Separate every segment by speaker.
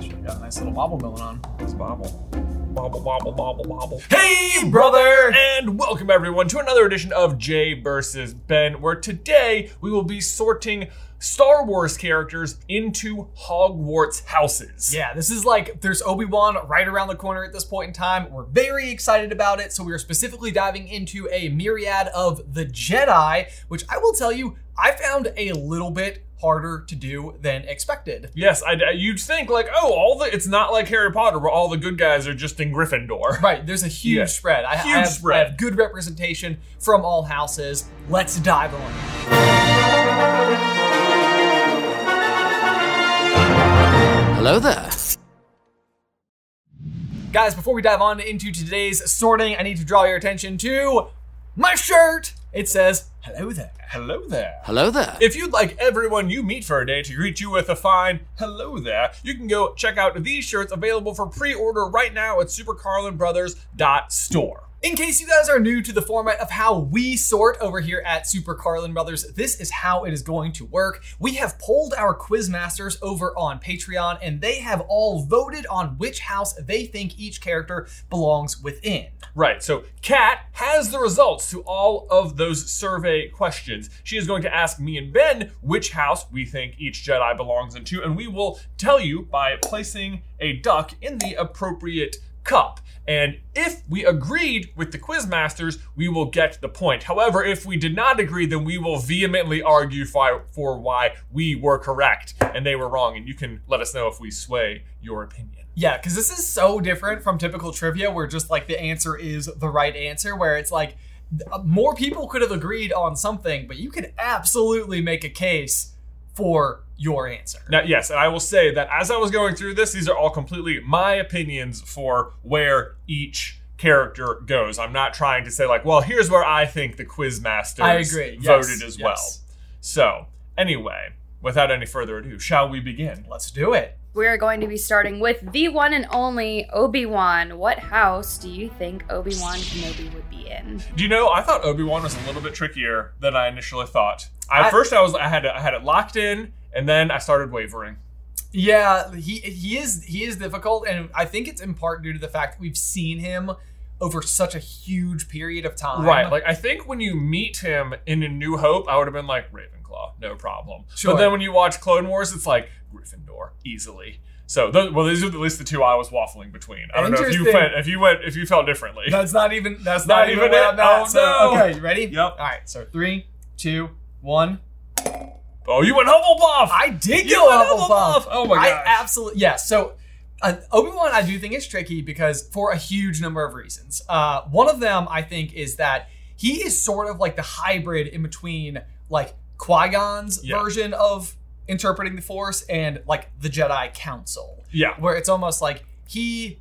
Speaker 1: You got a nice little bobble going on.
Speaker 2: Let's bobble. Bobble, bobble, bobble, bobble.
Speaker 1: Hey, brother! And welcome everyone to another edition of Jay versus Ben, where today we will be sorting Star Wars characters into Hogwarts houses.
Speaker 3: Yeah, this is like there's Obi Wan right around the corner at this point in time. We're very excited about it, so we are specifically diving into a myriad of the Jedi, which I will tell you, I found a little bit harder to do than expected.
Speaker 1: Yes, I, I- you'd think like, oh, all the it's not like Harry Potter where all the good guys are just in Gryffindor.
Speaker 3: Right, there's a huge
Speaker 1: Yeah.
Speaker 3: spread. I, I
Speaker 1: Huge
Speaker 3: have,
Speaker 1: spread.
Speaker 3: I have good representation from all houses. Let's dive on.
Speaker 4: Hello there.
Speaker 3: Guys, before we dive on into today's sorting, I need to draw your attention to my shirt. It says, Hello there.
Speaker 1: Hello there.
Speaker 4: Hello there.
Speaker 1: If you'd like everyone you meet for a day to greet you with a fine hello there, you can go check out these shirts available for pre-order right now at supercarlinbrothers.store.
Speaker 3: In case you guys are new to the format of how we sort over here at Super Carlin Brothers, this is how it is going to work. We have polled our quizmasters over on Patreon, and they have all voted on which house they think each character belongs within.
Speaker 1: Right, so Kat has the results to all of those survey questions. She is going to ask me and Ben which house we think each Jedi belongs into, and we will tell you by placing a duck in the appropriate cup. And if we agreed with the quizmasters, we will get the point. However, if we did not agree, then we will vehemently argue fi- for why we were correct and they were wrong, and you can let us know if we sway your opinion.
Speaker 3: Yeah, because this is so different from typical trivia where just like the answer is the right answer, where it's like th- more people could have agreed on something, but you could absolutely make a case for your answer.
Speaker 1: Now, yes, and I will say that as I was going through this, these are all completely my opinions for where each character goes. I'm not trying to say like, well, here's where I think the quizmasters
Speaker 3: I agree. Yes,
Speaker 1: voted as
Speaker 3: yes.
Speaker 1: well. So, anyway, without any further ado, shall we begin?
Speaker 3: Let's do it.
Speaker 5: We are going to be starting with the one and only Obi Wan. What house do you think Obi Wan Kenobi would be in?
Speaker 1: Do you know? I thought Obi Wan was a little bit trickier than I initially thought. At
Speaker 3: I-
Speaker 1: first, I was I had I had it locked in, and then I started wavering.
Speaker 3: Yeah, he he is he is difficult, and I think it's in part due to the fact that we've seen him over such a huge period of time.
Speaker 1: Right. Like I think when you meet him in A New Hope, I would have been like Ravenclaw, no problem.
Speaker 3: Sure.
Speaker 1: But then when you watch Clone Wars, it's like Gryffindor easily. So those, well, these are at least the two I was waffling between. I don't know if you
Speaker 3: Interesting.
Speaker 1: went if you went if you felt differently.
Speaker 3: that's not even that's
Speaker 1: Not
Speaker 3: not,
Speaker 1: even
Speaker 3: even where
Speaker 1: it?
Speaker 3: I'm at,
Speaker 1: Oh,
Speaker 3: so-
Speaker 1: no.
Speaker 3: Okay, you ready?
Speaker 1: Yep.
Speaker 3: All right. So three, two, one.
Speaker 1: oh, you went Hufflepuff.
Speaker 3: I did
Speaker 1: You
Speaker 3: go
Speaker 1: went
Speaker 3: Hufflepuff.
Speaker 1: Hufflepuff! Oh my
Speaker 3: I
Speaker 1: gosh.
Speaker 3: absolutely yeah. So uh, Obi Wan, I do think is tricky because for a huge number of reasons. Uh, one of them I think is that he is sort of like the hybrid in between like Qui Gon's
Speaker 1: Yeah.
Speaker 3: version of interpreting the Force and like the Jedi Council,
Speaker 1: yeah.
Speaker 3: where it's almost like he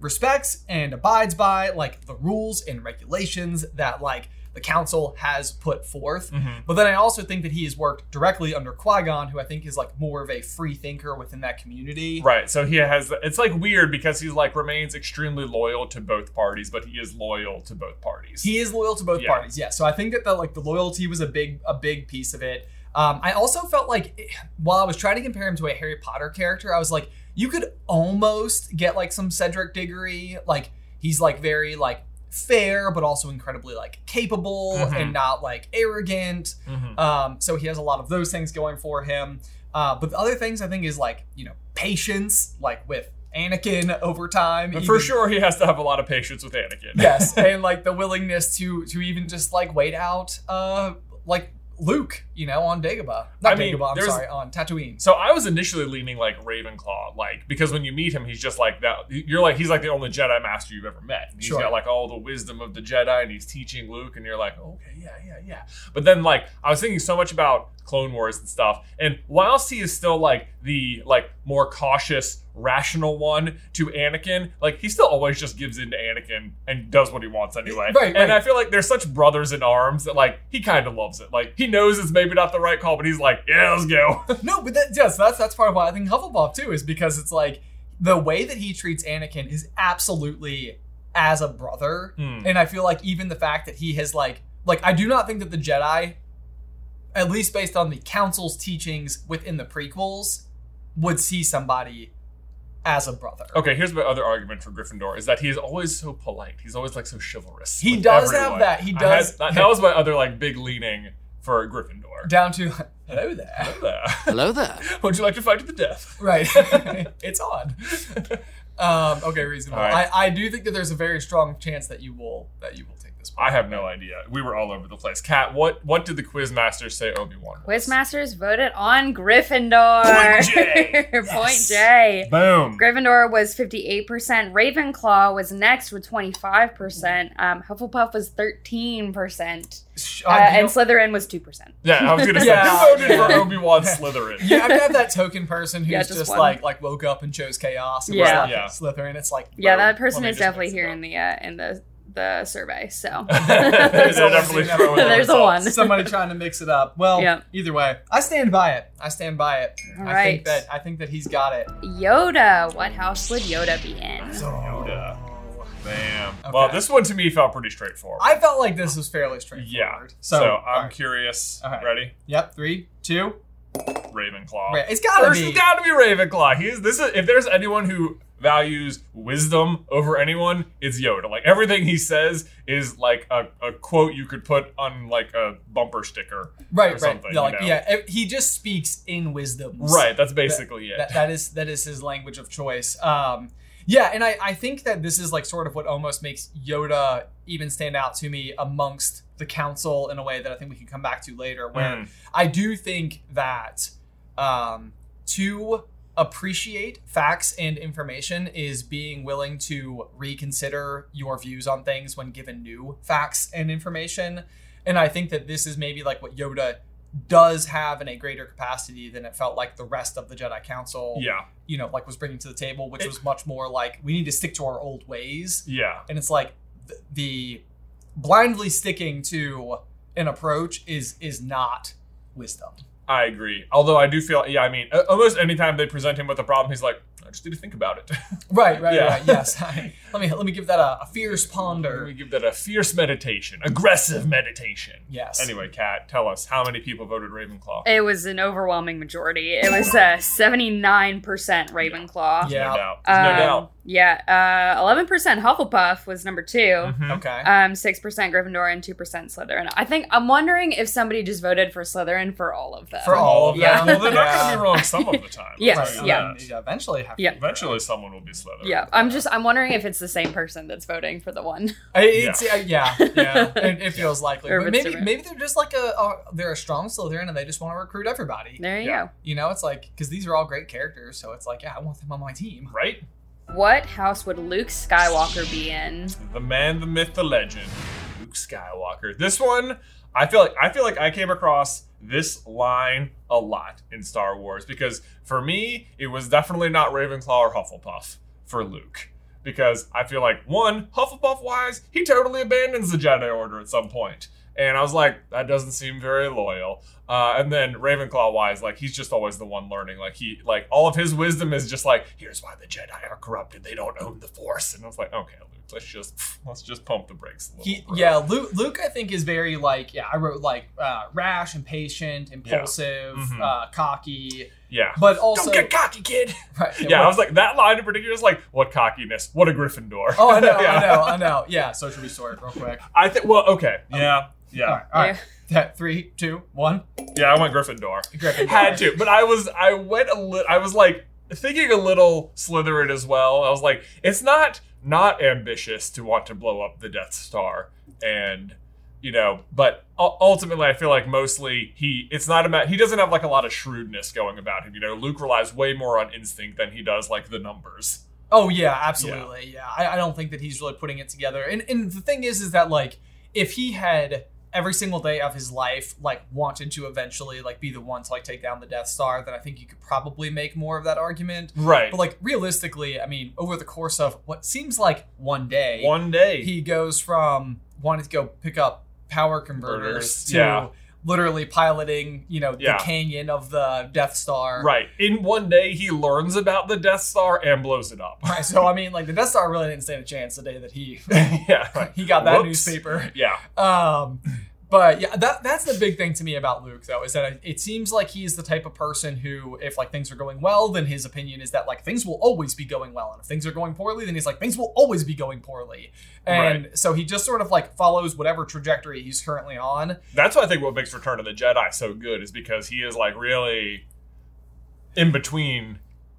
Speaker 3: respects and abides by like the rules and regulations that like the council has put forth
Speaker 1: Mhm.
Speaker 3: but then I also think that he has worked directly under Qui Gon, who I think is like more of a free thinker within that community.
Speaker 1: Right. So he has. It's like weird because he's like remains extremely loyal to both parties, but he is loyal to both parties.
Speaker 3: He is loyal to both
Speaker 1: Yeah.
Speaker 3: parties. Yeah. So I think that the like the loyalty was a big a big piece of it. Um, I also felt like eh, while I was trying to compare him to a Harry Potter character, I was like, you could almost get like some Cedric Diggory. Like he's like very like fair, but also incredibly like capable
Speaker 1: Mhm.
Speaker 3: and not like arrogant.
Speaker 1: Mhm.
Speaker 3: Um, so he has a lot of those things going for him. Uh, but the other things I think is like, you know, patience, like with Anakin over time.
Speaker 1: But for
Speaker 3: even-
Speaker 1: sure, he has to have a lot of patience with Anakin.
Speaker 3: yes. And like the willingness to to even just like wait out uh like Luke, you know, on Dagobah. Not
Speaker 1: I mean,
Speaker 3: Dagobah, I'm
Speaker 1: there's-
Speaker 3: sorry, on Tatooine.
Speaker 1: So I was initially leaning like Ravenclaw, like because when you meet him, he's just like that. You're like he's like the only Jedi master you've ever met. And He's
Speaker 3: Sure.
Speaker 1: got like all the wisdom of the Jedi, and he's teaching Luke, and you're like, okay, yeah, yeah, yeah. But then like I was thinking so much about Clone Wars and stuff, and whilst he is still like the like more cautious, rational one to Anakin, like he still always just gives in to Anakin and does what he wants anyway.
Speaker 3: Right, right.
Speaker 1: And I feel like they're such brothers in arms that like he kind of loves it. Like he knows it's maybe not the right call, but he's like, yeah, let's go.
Speaker 3: no, but that, yes, that's that's part of why I think Hufflepuff too is because it's like the way that he treats Anakin is absolutely as a brother,
Speaker 1: Hmm.
Speaker 3: and I feel like even the fact that he has like like I do not think that the Jedi, at least based on the Council's teachings within the prequels, would see somebody as a brother.
Speaker 1: Okay, here's my other argument for Gryffindor is that he is always so polite. He's always like so chivalrous.
Speaker 3: He
Speaker 1: with
Speaker 3: does have
Speaker 1: everyone.
Speaker 3: that. He
Speaker 1: I
Speaker 3: does-
Speaker 1: had- that, that was my other like big leaning for Gryffindor.
Speaker 3: Down to hello there.
Speaker 1: There.
Speaker 4: Hello there.
Speaker 1: Would you like to fight to the death?
Speaker 3: Right. it's odd. Um, okay, reasonable.
Speaker 1: All right.
Speaker 3: I, I do think that there's a very strong chance that you will that you will take this one.
Speaker 1: I have no idea. We were all over the place. Kat, what what did the quizmaster say Obi Wan?
Speaker 5: Quizmasters voted on Gryffindor.
Speaker 1: Point J.
Speaker 5: Point
Speaker 3: Yes.
Speaker 5: J.
Speaker 1: Boom.
Speaker 5: Gryffindor was 58%. Ravenclaw was next with 25%. Um, Hufflepuff was 13%.
Speaker 3: Sh-
Speaker 5: Uh,
Speaker 3: Oh, I- you
Speaker 5: and
Speaker 3: know-
Speaker 5: Slytherin was 2%.
Speaker 1: Yeah, I was gonna say
Speaker 3: Yeah.
Speaker 1: who voted for
Speaker 3: Yeah.
Speaker 1: Obi Wan Slytherin.
Speaker 3: you have to have that token person who's
Speaker 5: Yeah,
Speaker 3: just,
Speaker 5: just one.
Speaker 3: like like woke up and chose chaos and
Speaker 5: Yeah.
Speaker 3: was like
Speaker 1: Yeah.
Speaker 3: Slytherin. It's like
Speaker 5: Yeah,
Speaker 3: bro,
Speaker 5: that person
Speaker 3: let me
Speaker 5: is
Speaker 3: just
Speaker 5: definitely
Speaker 3: mix it
Speaker 5: here
Speaker 3: up.
Speaker 5: in the uh, in the the survey. So
Speaker 1: They're definitely throwing their
Speaker 5: There's a
Speaker 1: results.
Speaker 5: one.
Speaker 3: somebody trying to mix it up. Well,
Speaker 5: Yeah.
Speaker 3: either way, I stand by it. I stand by it.
Speaker 5: All
Speaker 3: I
Speaker 5: right.
Speaker 3: think that I think that he's got it.
Speaker 5: Yoda, what house would Yoda be in?
Speaker 1: Yoda. Damn. Well,
Speaker 3: Okay.
Speaker 1: this one to me felt pretty straightforward.
Speaker 3: I felt like this was fairly
Speaker 1: yeah.
Speaker 3: straightforward.
Speaker 1: So,
Speaker 3: all
Speaker 1: I'm
Speaker 3: right.
Speaker 1: curious.
Speaker 3: All right.
Speaker 1: Ready?
Speaker 3: Yep. Three, two.
Speaker 1: Ravenclaw.
Speaker 3: Wait, it's gotta
Speaker 1: Oh. First,
Speaker 3: be.
Speaker 1: it's gotta be Ravenclaw. He is this. Is, if there's anyone who values wisdom over anyone, it's Yoda. Like everything he says is like a, a quote you could put on like a bumper sticker.
Speaker 3: right,
Speaker 1: or
Speaker 3: right.
Speaker 1: something,
Speaker 3: yeah, like,
Speaker 1: you know?
Speaker 3: yeah, eh, he just speaks in wisdom.
Speaker 1: Right. That's basically it.
Speaker 3: That, that is that is his language of choice. Um, yeah, and I, I think that this is like sort of what almost makes Yoda even stand out to me amongst the council in a way that I think we can come back to later, where
Speaker 1: Mm.
Speaker 3: I do think that um, to appreciate facts and information is being willing to reconsider your views on things when given new facts and information. And I think that this is maybe like what Yoda does have in a greater capacity than it felt like the rest of the Jedi Council,
Speaker 1: Yeah.
Speaker 3: you know, like was bringing to the table, which
Speaker 1: It-
Speaker 3: was much more like we need to stick to our old ways
Speaker 1: Yeah.
Speaker 3: and it's like th- the blindly sticking to an approach is is not wisdom.
Speaker 1: I agree. Although I do feel. Yeah. I mean, a- almost anytime they present him with a problem, he's like, I just need to think about it.
Speaker 3: Right, right,
Speaker 1: Yeah.
Speaker 3: right. Yes. let me let me give that a, a fierce ponder.
Speaker 1: We give that a fierce meditation, aggressive meditation.
Speaker 3: Yes.
Speaker 1: Anyway, Kat, tell us how many people voted Ravenclaw.
Speaker 5: It was an overwhelming majority. It was uh, 79% Ravenclaw.
Speaker 1: There's
Speaker 3: Yeah.
Speaker 1: No doubt. There's no
Speaker 5: Um,
Speaker 1: doubt.
Speaker 5: Yeah, uh, 11% Hufflepuff was number 2
Speaker 1: Mhm.
Speaker 3: Okay.
Speaker 5: Um, 6% Gryffindor and 2% Slytherin. I think I'm wondering if somebody just voted for Slytherin for all of them.
Speaker 3: For all of
Speaker 5: Yeah.
Speaker 3: them.
Speaker 1: Well, they're not going to
Speaker 3: Yeah.
Speaker 1: be wrong some of the time.
Speaker 5: Yes,
Speaker 1: Let's
Speaker 3: Right,
Speaker 1: say
Speaker 5: yeah.
Speaker 1: that.
Speaker 3: you Eventually have
Speaker 5: Yeah.
Speaker 3: to.
Speaker 1: Eventually, someone will be Slytherin.
Speaker 5: Yeah, I'm just I'm wondering if it's the same person that's voting for the one.
Speaker 3: I- It's, uh, yeah, yeah. It, it feels likely.
Speaker 5: Or
Speaker 3: But
Speaker 5: if it's
Speaker 3: maybe
Speaker 5: different.
Speaker 3: maybe they're just like a, a they're a strong Slytherin and they just want to recruit everybody.
Speaker 5: There you
Speaker 1: Yeah.
Speaker 3: You know, it's like because these are all great characters, so it's like yeah, I want them on my team.
Speaker 1: Right?
Speaker 5: go. What house would Luke Skywalker be in?
Speaker 1: The man, the myth, the legend, Luke Skywalker. This one, I feel like I feel like I came across this line a lot in Star Wars because for me, it was definitely not Ravenclaw or Hufflepuff for Luke. Because I feel like one, Hufflepuff wise, he totally abandons the Jedi Order at some point. And I was like, that doesn't seem very loyal. Uh, and then Ravenclaw wise, like he's just always the one learning. Like he, like all of his wisdom is just like, here's why the Jedi are corrupted. They don't own the Force. And I was like, okay, Luke, let's just let's just pump the brakes a little.
Speaker 3: He,
Speaker 1: bro.
Speaker 3: yeah, Luke, Luke, I think, is very like, yeah, I wrote like uh, rash, impatient, impulsive,
Speaker 1: Mhm.
Speaker 3: uh, cocky,
Speaker 1: yeah.
Speaker 3: but also.
Speaker 1: don't get cocky, kid.
Speaker 3: Right,
Speaker 1: Yeah,
Speaker 3: what-
Speaker 1: I was like that line in particular is like, what cockiness? What a Gryffindor.
Speaker 3: oh, I know,
Speaker 1: yeah.
Speaker 3: I know, I know. Yeah, so should we sort real quick?
Speaker 1: I think. Well, okay. Yeah. Yeah.
Speaker 3: All right, all right. Three, two, one.
Speaker 1: Yeah, I went Gryffindor.
Speaker 3: Griffin.
Speaker 1: Had to, but I was I went a little. I was like thinking a little Slytherin as well. I was like, it's not not ambitious to want to blow up the Death Star, and you know, but u- ultimately, I feel like mostly he. It's not about he doesn't have like a lot of shrewdness going about him. You know, Luke relies way more on instinct than he does like the numbers.
Speaker 3: Oh yeah, absolutely. Yeah, I, I don't think that he's really putting it together. And and the thing is, is that like if he had every single day of his life like wanted to eventually like be the one to like take down the Death Star, then I think you could probably make more of that argument.
Speaker 1: Right.
Speaker 3: But like realistically, I mean, over the course of what seems like one day,
Speaker 1: One day.
Speaker 3: he goes from wanting to go pick up power converters
Speaker 1: Converters,
Speaker 3: to
Speaker 1: yeah.
Speaker 3: literally piloting, you know,
Speaker 1: Yeah.
Speaker 3: the canyon of the Death Star.
Speaker 1: Right. In one day, he learns about the Death Star and blows it up.
Speaker 3: Right, So I mean, like the Death Star really didn't stand a chance the day that he
Speaker 1: yeah.
Speaker 3: he got that
Speaker 1: Whoops.
Speaker 3: newspaper.
Speaker 1: Yeah.
Speaker 3: Um, But yeah, that that's the big thing to me about Luke though is that I- it seems like he's the type of person who, if like things are going well, then his opinion is that like things will always be going well, and if things are going poorly, then he's like things will always be going poorly, and so he just sort of like follows whatever trajectory he's currently on.
Speaker 1: That's why I think what makes Return of the Jedi so good is because he is like really in between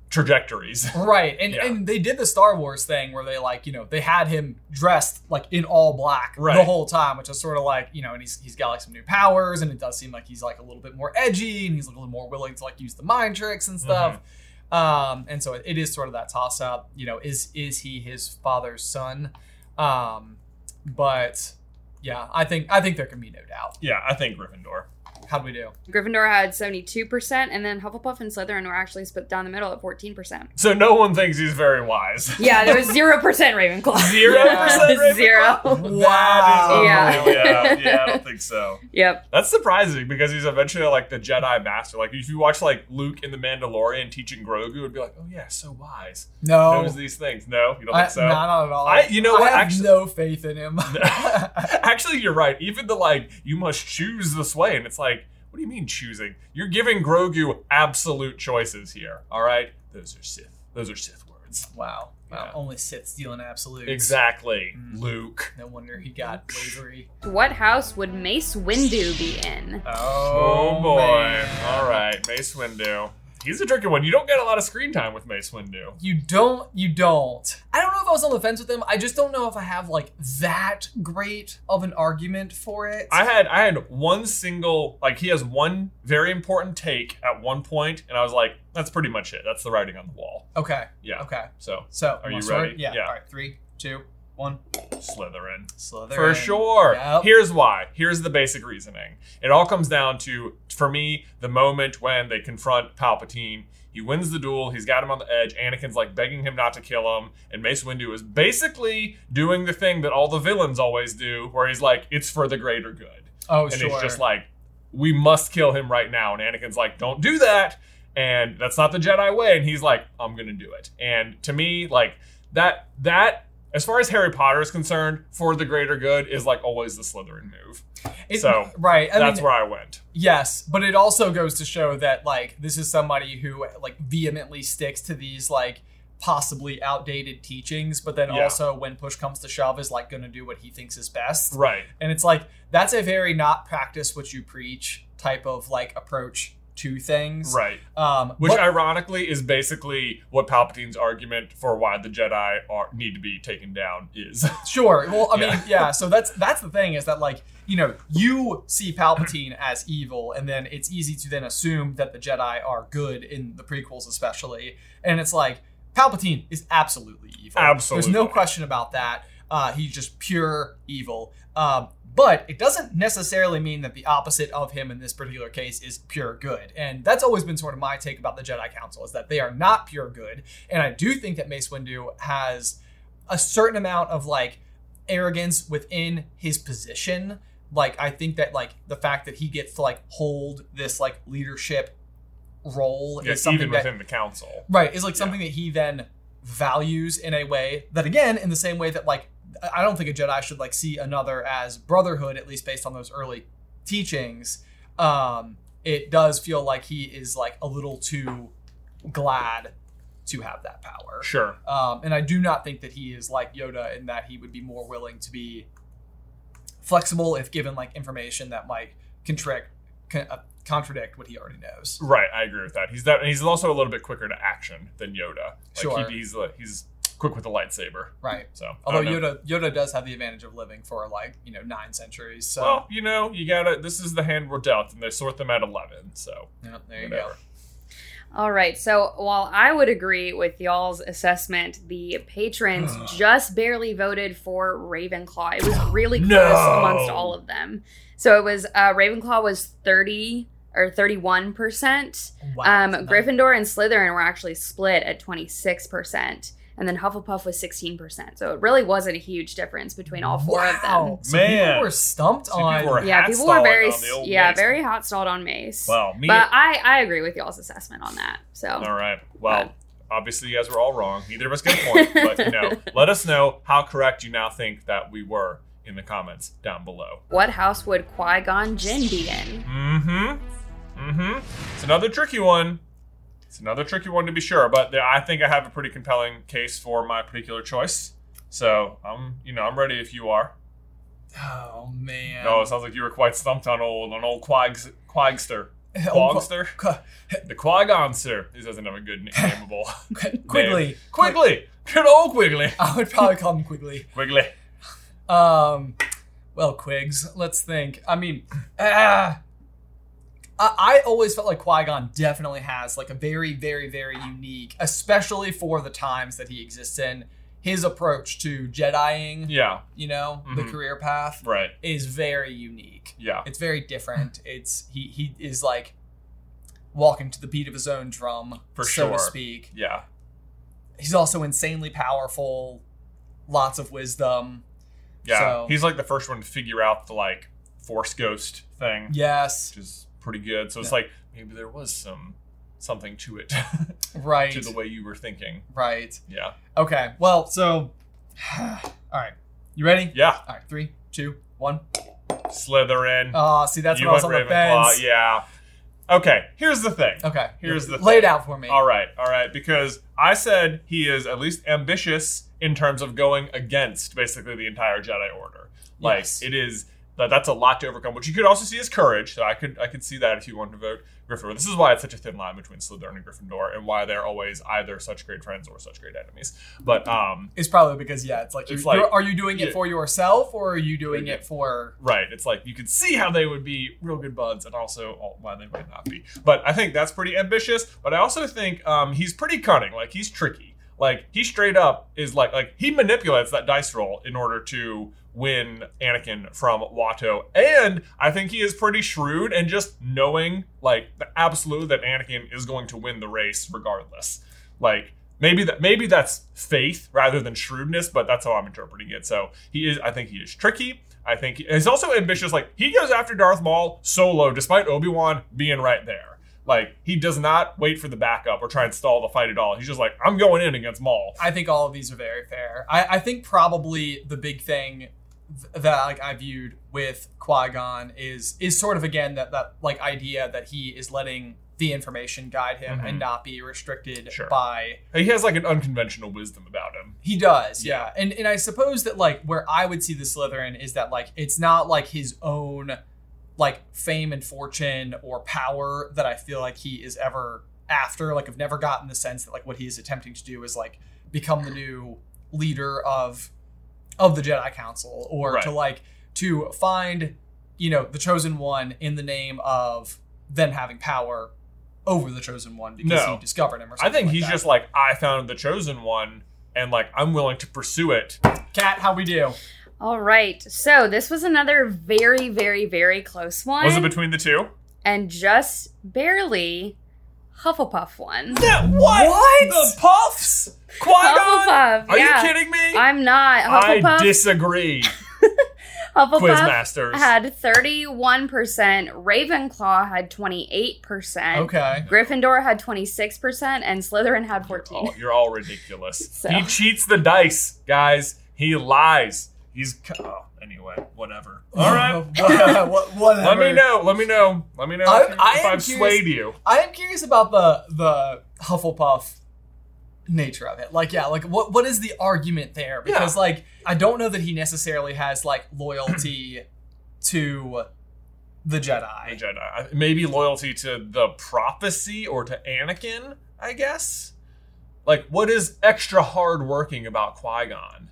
Speaker 1: trajectories.
Speaker 3: Right, and
Speaker 1: Yeah.
Speaker 3: and they did the Star Wars thing where they like you know they had him dressed like in all black the
Speaker 1: Right.
Speaker 3: whole time, which is sort of like you know, and he's he's got like some new powers, and it does seem like he's like a little bit more edgy, and he's a little more willing to like use the mind tricks and stuff.
Speaker 1: Mm-hmm.
Speaker 3: Um, and so it, it is sort of that toss up, you know, is is he his father's son? Um, but yeah, I think I think there can be no doubt.
Speaker 1: Yeah, I think Gryffindor.
Speaker 3: How do we do?
Speaker 5: Gryffindor had 72%, and then Hufflepuff and Slytherin were actually split down the middle at 14%.
Speaker 1: So no one thinks he's very wise.
Speaker 5: Yeah, there was 0% Ravenclaw.
Speaker 1: Zero percent Ravenclaw?
Speaker 5: Zero.
Speaker 1: That is
Speaker 5: Yeah.
Speaker 1: unreal. yeah, yeah, I don't think so.
Speaker 5: Yep.
Speaker 1: That's surprising because he's eventually like the Jedi master. Like if you watch like Luke in the Mandalorian teaching Grogu, it'd be like, oh yeah, so wise,
Speaker 3: No,
Speaker 1: knows these things. No, you don't
Speaker 3: Oh. I-
Speaker 1: think so.
Speaker 3: not at all.
Speaker 1: I- you know
Speaker 3: I
Speaker 1: what,
Speaker 3: have
Speaker 1: actually-
Speaker 3: no faith in him.
Speaker 1: Actually, you're right. Even the like, you must choose this way, and it's like, what do you mean choosing? You're giving Grogu absolute choices here. All right, those are Sith. Those are Sith words.
Speaker 3: Wow. Wow.
Speaker 1: Yeah.
Speaker 3: Only Sith stealing absolute.
Speaker 1: Exactly,
Speaker 3: Mm.
Speaker 1: Luke.
Speaker 3: No wonder he got wavery.
Speaker 5: What house would Mace Windu be in?
Speaker 1: Oh, boy. All right, Mace Windu. He's a tricky one. You don't get a lot of screen time with Mace Windu.
Speaker 3: You don't. You don't. I don't know if I was on the fence with him. I just don't know if I have like that great of an argument for it.
Speaker 1: I had I had one single like he has one very important take at one point, and I was like, that's pretty much it. That's the writing on the wall.
Speaker 3: okay.
Speaker 1: Yeah.
Speaker 3: Okay.
Speaker 1: So
Speaker 3: So
Speaker 1: Are
Speaker 3: wanna
Speaker 1: you
Speaker 3: start?
Speaker 1: ready?
Speaker 3: Yeah.
Speaker 1: Yeah.
Speaker 3: All right. Three, two, one.
Speaker 1: Slytherin.
Speaker 3: Slytherin.
Speaker 1: For sure.
Speaker 3: Yep.
Speaker 1: Here's why. Here's the basic reasoning. It all comes down to, for me, the moment when they confront Palpatine. He wins the duel. He's got him on the edge. Anakin's like begging him not to kill him. And Mace Windu is basically doing the thing that all the villains always do, where he's like, it's for the greater good.
Speaker 3: Oh,
Speaker 1: and
Speaker 3: sure.
Speaker 1: he's just like, we must kill him right now. And Anakin's like, don't do that. And that's not the Jedi way. And he's like, I'm gonna do it. And to me, like that that as far as Harry Potter is concerned, for the greater good is like always the Slytherin move.
Speaker 3: It-
Speaker 1: so,
Speaker 3: right. I
Speaker 1: that's
Speaker 3: mean,
Speaker 1: where I went.
Speaker 3: Yes, but it also goes to show that like this is somebody who like vehemently sticks to these like possibly outdated teachings, but then
Speaker 1: Yeah.
Speaker 3: also when push comes to shove is like going to do what he thinks is best.
Speaker 1: Right.
Speaker 3: And it's like that's a very not practice what you preach type of like approach to things.
Speaker 1: Right.
Speaker 3: Um
Speaker 1: Which
Speaker 3: but-
Speaker 1: ironically is basically what Palpatine's argument for why the Jedi are need to be taken down is.
Speaker 3: Sure. Well, I mean,
Speaker 1: Yeah.
Speaker 3: yeah. So that's that's the thing is that like you know you see Palpatine as evil, and then it's easy to then assume that the Jedi are good in the prequels, especially. And it's like Palpatine is absolutely evil. There's no
Speaker 1: Absolutely.
Speaker 3: question about that. Uh, he's just pure evil. Um, but it doesn't necessarily mean that the opposite of him in this particular case is pure good. And that's always been sort of my take about the Jedi Council is that they are not pure good. And I do think that Mace Windu has a certain amount of like arrogance within his position. Like I think that like the fact that he gets to like hold this like leadership role
Speaker 1: yes,
Speaker 3: is something
Speaker 1: even
Speaker 3: that
Speaker 1: within the council.
Speaker 3: right is like something that he then values in a way that again in the same way that like I- I don't think a Jedi should like see another as brotherhood at least based on those early teachings. Um, it does feel like he is like a little too glad to have that power.
Speaker 1: Sure.
Speaker 3: Um, and I do not think that he is like Yoda in that he would be more willing to be flexible if given like information that might contract, con- uh, contradict what he already knows.
Speaker 1: Right, I agree with that. He's that, and he's also a little bit quicker to action than Yoda. Like
Speaker 3: Sure.
Speaker 1: he, he's uh, he's quick with the lightsaber.
Speaker 3: Right.
Speaker 1: So, I
Speaker 3: Although
Speaker 1: don't know.
Speaker 3: Yoda Yoda does have the advantage of living for like you know nine centuries. So
Speaker 1: well, you know, you gotta. This is the hand we're dealt, and they sort them at eleven. So,
Speaker 3: yeah, there you
Speaker 1: whatever.
Speaker 5: All right, so while I would agree with y'all's assessment, the patrons just barely voted for Ravenclaw. It was really close
Speaker 1: No.
Speaker 5: amongst all of them. So it was uh, Ravenclaw was 30 or 31%.
Speaker 3: go. Wow,
Speaker 5: Um,
Speaker 3: that's nice.
Speaker 5: Gryffindor and Slytherin were actually split at 26%, and then Hufflepuff was 16%. So it really wasn't a huge difference between all four of them.
Speaker 3: Wow. So
Speaker 1: Man.
Speaker 3: people were stumped
Speaker 1: See, people
Speaker 3: on.
Speaker 1: were-
Speaker 5: Yeah,
Speaker 1: Hot
Speaker 5: people were
Speaker 1: stalling
Speaker 5: very
Speaker 1: on the old
Speaker 5: yeah,
Speaker 1: Mace.
Speaker 5: very hot stalled on Mace.
Speaker 1: Well, me.
Speaker 5: But um, I, I agree with y'all's assessment on that. So
Speaker 1: all right. Well, obviously, you guys were all wrong. Neither of us get a point. but you know, let us know how correct you now think that we were in the comments down below.
Speaker 5: What house would Qui Gon Jinn be in?
Speaker 1: Mm-hmm. Mm-hmm. It's another tricky one. It's another tricky one to be sure, but there, I think I have a pretty compelling case for my particular choice. So I'm, you know, I'm ready if you are.
Speaker 3: Oh man.
Speaker 1: No, it sounds like you were quite stumped on old on old Quags Quagster.
Speaker 3: Old Qu-
Speaker 1: Quagster?
Speaker 3: Qu-
Speaker 1: The Quagonster. He doesn't have a good nameable
Speaker 3: Qu- Quigley.
Speaker 1: Quigley! Good old Quigley.
Speaker 3: I would probably call him Quigley.
Speaker 1: Quigley.
Speaker 3: Um, well, Quigs, let's think. I mean, ah, I, I always felt like Qui Gon definitely has like a very, very, very unique, especially for the times that he exists in, his approach to Jediing.
Speaker 1: Yeah,
Speaker 3: You know, the
Speaker 1: Mhm.
Speaker 3: career path
Speaker 1: right.
Speaker 3: is very unique.
Speaker 1: Yeah.
Speaker 3: It's very different.
Speaker 1: Mm-hmm.
Speaker 3: It's he he is like walking to the beat of his own drum,
Speaker 1: For
Speaker 3: so
Speaker 1: sure.
Speaker 3: to speak.
Speaker 1: Yeah.
Speaker 3: He's also insanely powerful, lots of wisdom.
Speaker 1: Yeah.
Speaker 3: So-
Speaker 1: He's like the first one to figure out the like force ghost thing.
Speaker 3: Yes,
Speaker 1: Which is pretty good. So it's
Speaker 3: Yeah.
Speaker 1: like maybe there was some something to it.
Speaker 3: right,
Speaker 1: to the way you were thinking.
Speaker 3: right.
Speaker 1: Yeah.
Speaker 3: Okay. Well, so all right. You ready?
Speaker 1: Yeah.
Speaker 3: All right. Three, two, one.
Speaker 1: Slytherin.
Speaker 3: Oh, see, that's
Speaker 1: you
Speaker 3: what I was on
Speaker 1: went
Speaker 3: the
Speaker 1: Ravenclaw.
Speaker 3: fence.
Speaker 1: Yeah. Okay. Here's the thing.
Speaker 3: Okay.
Speaker 1: Here's the
Speaker 3: lay it out for me.
Speaker 1: All right, all right, because I said he is at least ambitious in terms of going against basically the entire Jedi Order. Like
Speaker 3: Yes.
Speaker 1: it is that that's a lot to overcome. Which you could also see as courage. So I could I could see that if you wanted to vote Gryffindor. This is why it's such a thin line between Slytherin and Gryffindor, and why they're always either such great friends or such great enemies. But um,
Speaker 3: It's probably because yeah, it's like,
Speaker 1: It's
Speaker 3: you're,
Speaker 1: like-
Speaker 3: you're- are you doing it
Speaker 1: yeah.
Speaker 3: for yourself or are you doing it for?
Speaker 1: Right. It's like you could see how they would be real good buds and also oh, why they might not be. But I think that's pretty ambitious. But I also think um, he's pretty cunning. Like he's tricky. Like he straight up is like like he manipulates that dice roll in order to win Anakin from Watto. And I think he is pretty shrewd and just knowing like the absolute that Anakin is going to win the race regardless. Like maybe that maybe that's faith rather than shrewdness, but that's how I'm interpreting it. So he is I think he is tricky. I think he's also ambitious. Like he goes after Darth Maul solo, despite Obi Wan being right there. Like he does not wait for the backup or try and stall the fight at all. He's just like, I'm going in against Maul.
Speaker 3: I think all of these are very fair. I, I think probably the big thing th- that like I viewed with Qui Gon is is sort of again that that like idea that he is letting the information guide him and
Speaker 1: Mhm.
Speaker 3: not be restricted
Speaker 1: Sure.
Speaker 3: by
Speaker 1: He has like an unconventional wisdom about him.
Speaker 3: He does, yeah. And and I suppose that like where I would see the Slytherin is that like it's not like his own like fame and fortune or power that I feel like he is ever after. Like I've never gotten the sense that like what he is attempting to do is like become the new leader of of the Jedi Council or
Speaker 1: Right.
Speaker 3: to like to find, you know, the chosen one in the name of them having power over the chosen one because
Speaker 1: No.
Speaker 3: he discovered him or
Speaker 1: I
Speaker 3: something.
Speaker 1: think
Speaker 3: like
Speaker 1: he's
Speaker 3: that.
Speaker 1: just like, I found the chosen one, and like I'm willing to pursue it.
Speaker 3: Cat, how we do.
Speaker 5: All right. So this was another very, very, very close one.
Speaker 1: Was it between the two?
Speaker 5: and just barely Hufflepuff one.
Speaker 1: Yeah, what? The puffs? Qui
Speaker 5: Hufflepuff,
Speaker 1: Are
Speaker 5: yeah.
Speaker 1: you kidding me?
Speaker 5: I'm not.
Speaker 1: I
Speaker 5: Hufflepuff,
Speaker 1: disagree.
Speaker 5: Hufflepuff
Speaker 1: Quizmasters.
Speaker 5: had 31%. Ravenclaw had 28%.
Speaker 3: Okay.
Speaker 5: Gryffindor had 26%. And Slytherin had 14
Speaker 1: Oh, you're all ridiculous.
Speaker 5: So.
Speaker 1: He cheats the dice, guys. He lies. He's c- oh, anyway, whatever. All right.
Speaker 3: What- what- whatever.
Speaker 1: Let me know. Let me know. Let me know
Speaker 3: I'm-
Speaker 1: if, you-
Speaker 3: I
Speaker 1: if
Speaker 3: am
Speaker 1: I've
Speaker 3: curious-
Speaker 1: swayed you.
Speaker 3: I am curious about the the Hufflepuff nature of it. Like, yeah, like what what is the argument there? Because like I don't know that he necessarily has like loyalty to the
Speaker 1: The
Speaker 3: Jedi.
Speaker 1: Jedi. I- Maybe loyalty to the prophecy or to Anakin. I guess. Like, what is extra hard working about Qui Gon?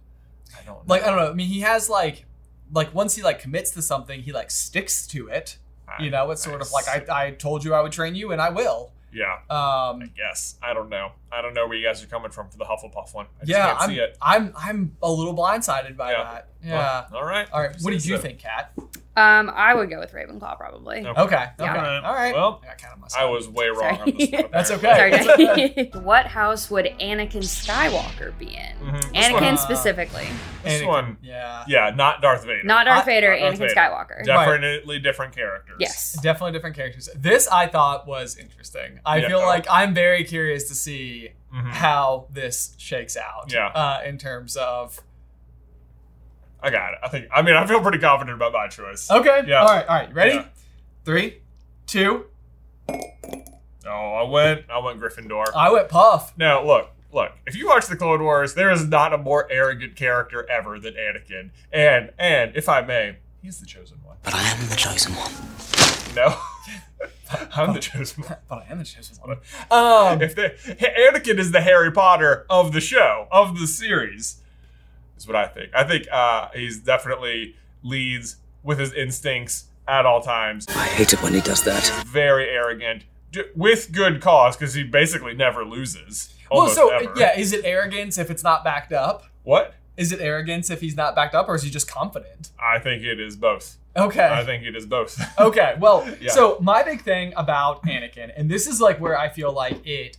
Speaker 1: I don't know.
Speaker 3: Like I don't know. I mean, he has like like once he like commits to something, he like sticks to it.
Speaker 1: I-
Speaker 3: You know, it's sort of like
Speaker 1: see.
Speaker 3: I I told you I would train you and I will.
Speaker 1: Yeah. I
Speaker 3: Um
Speaker 1: guess. I don't know. I don't know where you guys are coming from for the Hufflepuff one. I just
Speaker 3: yeah,
Speaker 1: can't
Speaker 3: I'm,
Speaker 1: see it.
Speaker 3: I'm I'm a little blindsided by
Speaker 1: Yeah.
Speaker 3: that. Yeah.
Speaker 1: Well, all right.
Speaker 3: All right. What did you
Speaker 1: So-
Speaker 3: think, Kat?
Speaker 5: Um, I would go with Ravenclaw probably.
Speaker 1: Okay.
Speaker 3: Okay. Okay.
Speaker 5: Yeah.
Speaker 3: All right.
Speaker 1: Well,
Speaker 3: I got kind of myself.
Speaker 1: I was way wrong on this one.
Speaker 5: Sorry.
Speaker 3: That's
Speaker 1: apparently.
Speaker 3: okay.
Speaker 5: Sorry, Daddy. what house would Anakin Skywalker be in?
Speaker 1: Mhm. This
Speaker 5: Anakin
Speaker 1: one-
Speaker 5: specifically,
Speaker 1: This
Speaker 3: Anakin.
Speaker 1: one.
Speaker 3: Yeah.
Speaker 1: Yeah, not Darth Vader.
Speaker 5: not Darth
Speaker 3: I-
Speaker 5: Vader.
Speaker 1: Darth
Speaker 5: Anakin
Speaker 1: Vader.
Speaker 5: Skywalker.
Speaker 1: Definitely different characters.
Speaker 5: Yes.
Speaker 3: Definitely different characters. This I thought was interesting. I
Speaker 1: Yeah.
Speaker 3: feel like I'm very curious to see
Speaker 1: Mhm.
Speaker 3: how this shakes out.
Speaker 1: Yeah.
Speaker 3: Uh, in terms of
Speaker 1: I got it. I think. I mean, I feel pretty confident about my choice.
Speaker 3: Okay.
Speaker 1: Yeah.
Speaker 3: All right. All right. Ready?
Speaker 1: Yeah.
Speaker 3: Three, two.
Speaker 1: No, I went. I went Gryffindor.
Speaker 3: I went Puff.
Speaker 1: Now, look, look. If you watch the Clone Wars, there is not a more arrogant character ever than Anakin. And and if I may, he's the chosen one.
Speaker 4: But I am the chosen one.
Speaker 1: No, I'm the chosen one.
Speaker 3: But I am the chosen one. Um,
Speaker 1: If they, Anakin is the Harry Potter of the show of the series, is what I think. I think uh, he's definitely leads with his instincts at all times.
Speaker 4: I hate it when he does that.
Speaker 1: Very arrogant, d- with good cause, because he basically never loses.
Speaker 3: well,
Speaker 1: Almost
Speaker 3: so
Speaker 1: ever.
Speaker 3: yeah, is it arrogance if it's not backed up?
Speaker 1: What?
Speaker 3: Is it arrogance if he's not backed up, or is he just confident?
Speaker 1: I think it is both.
Speaker 3: Okay.
Speaker 1: I think it is both.
Speaker 3: okay. Well,
Speaker 1: Yeah.
Speaker 3: so my big thing about Anakin, and this is like where I feel like it.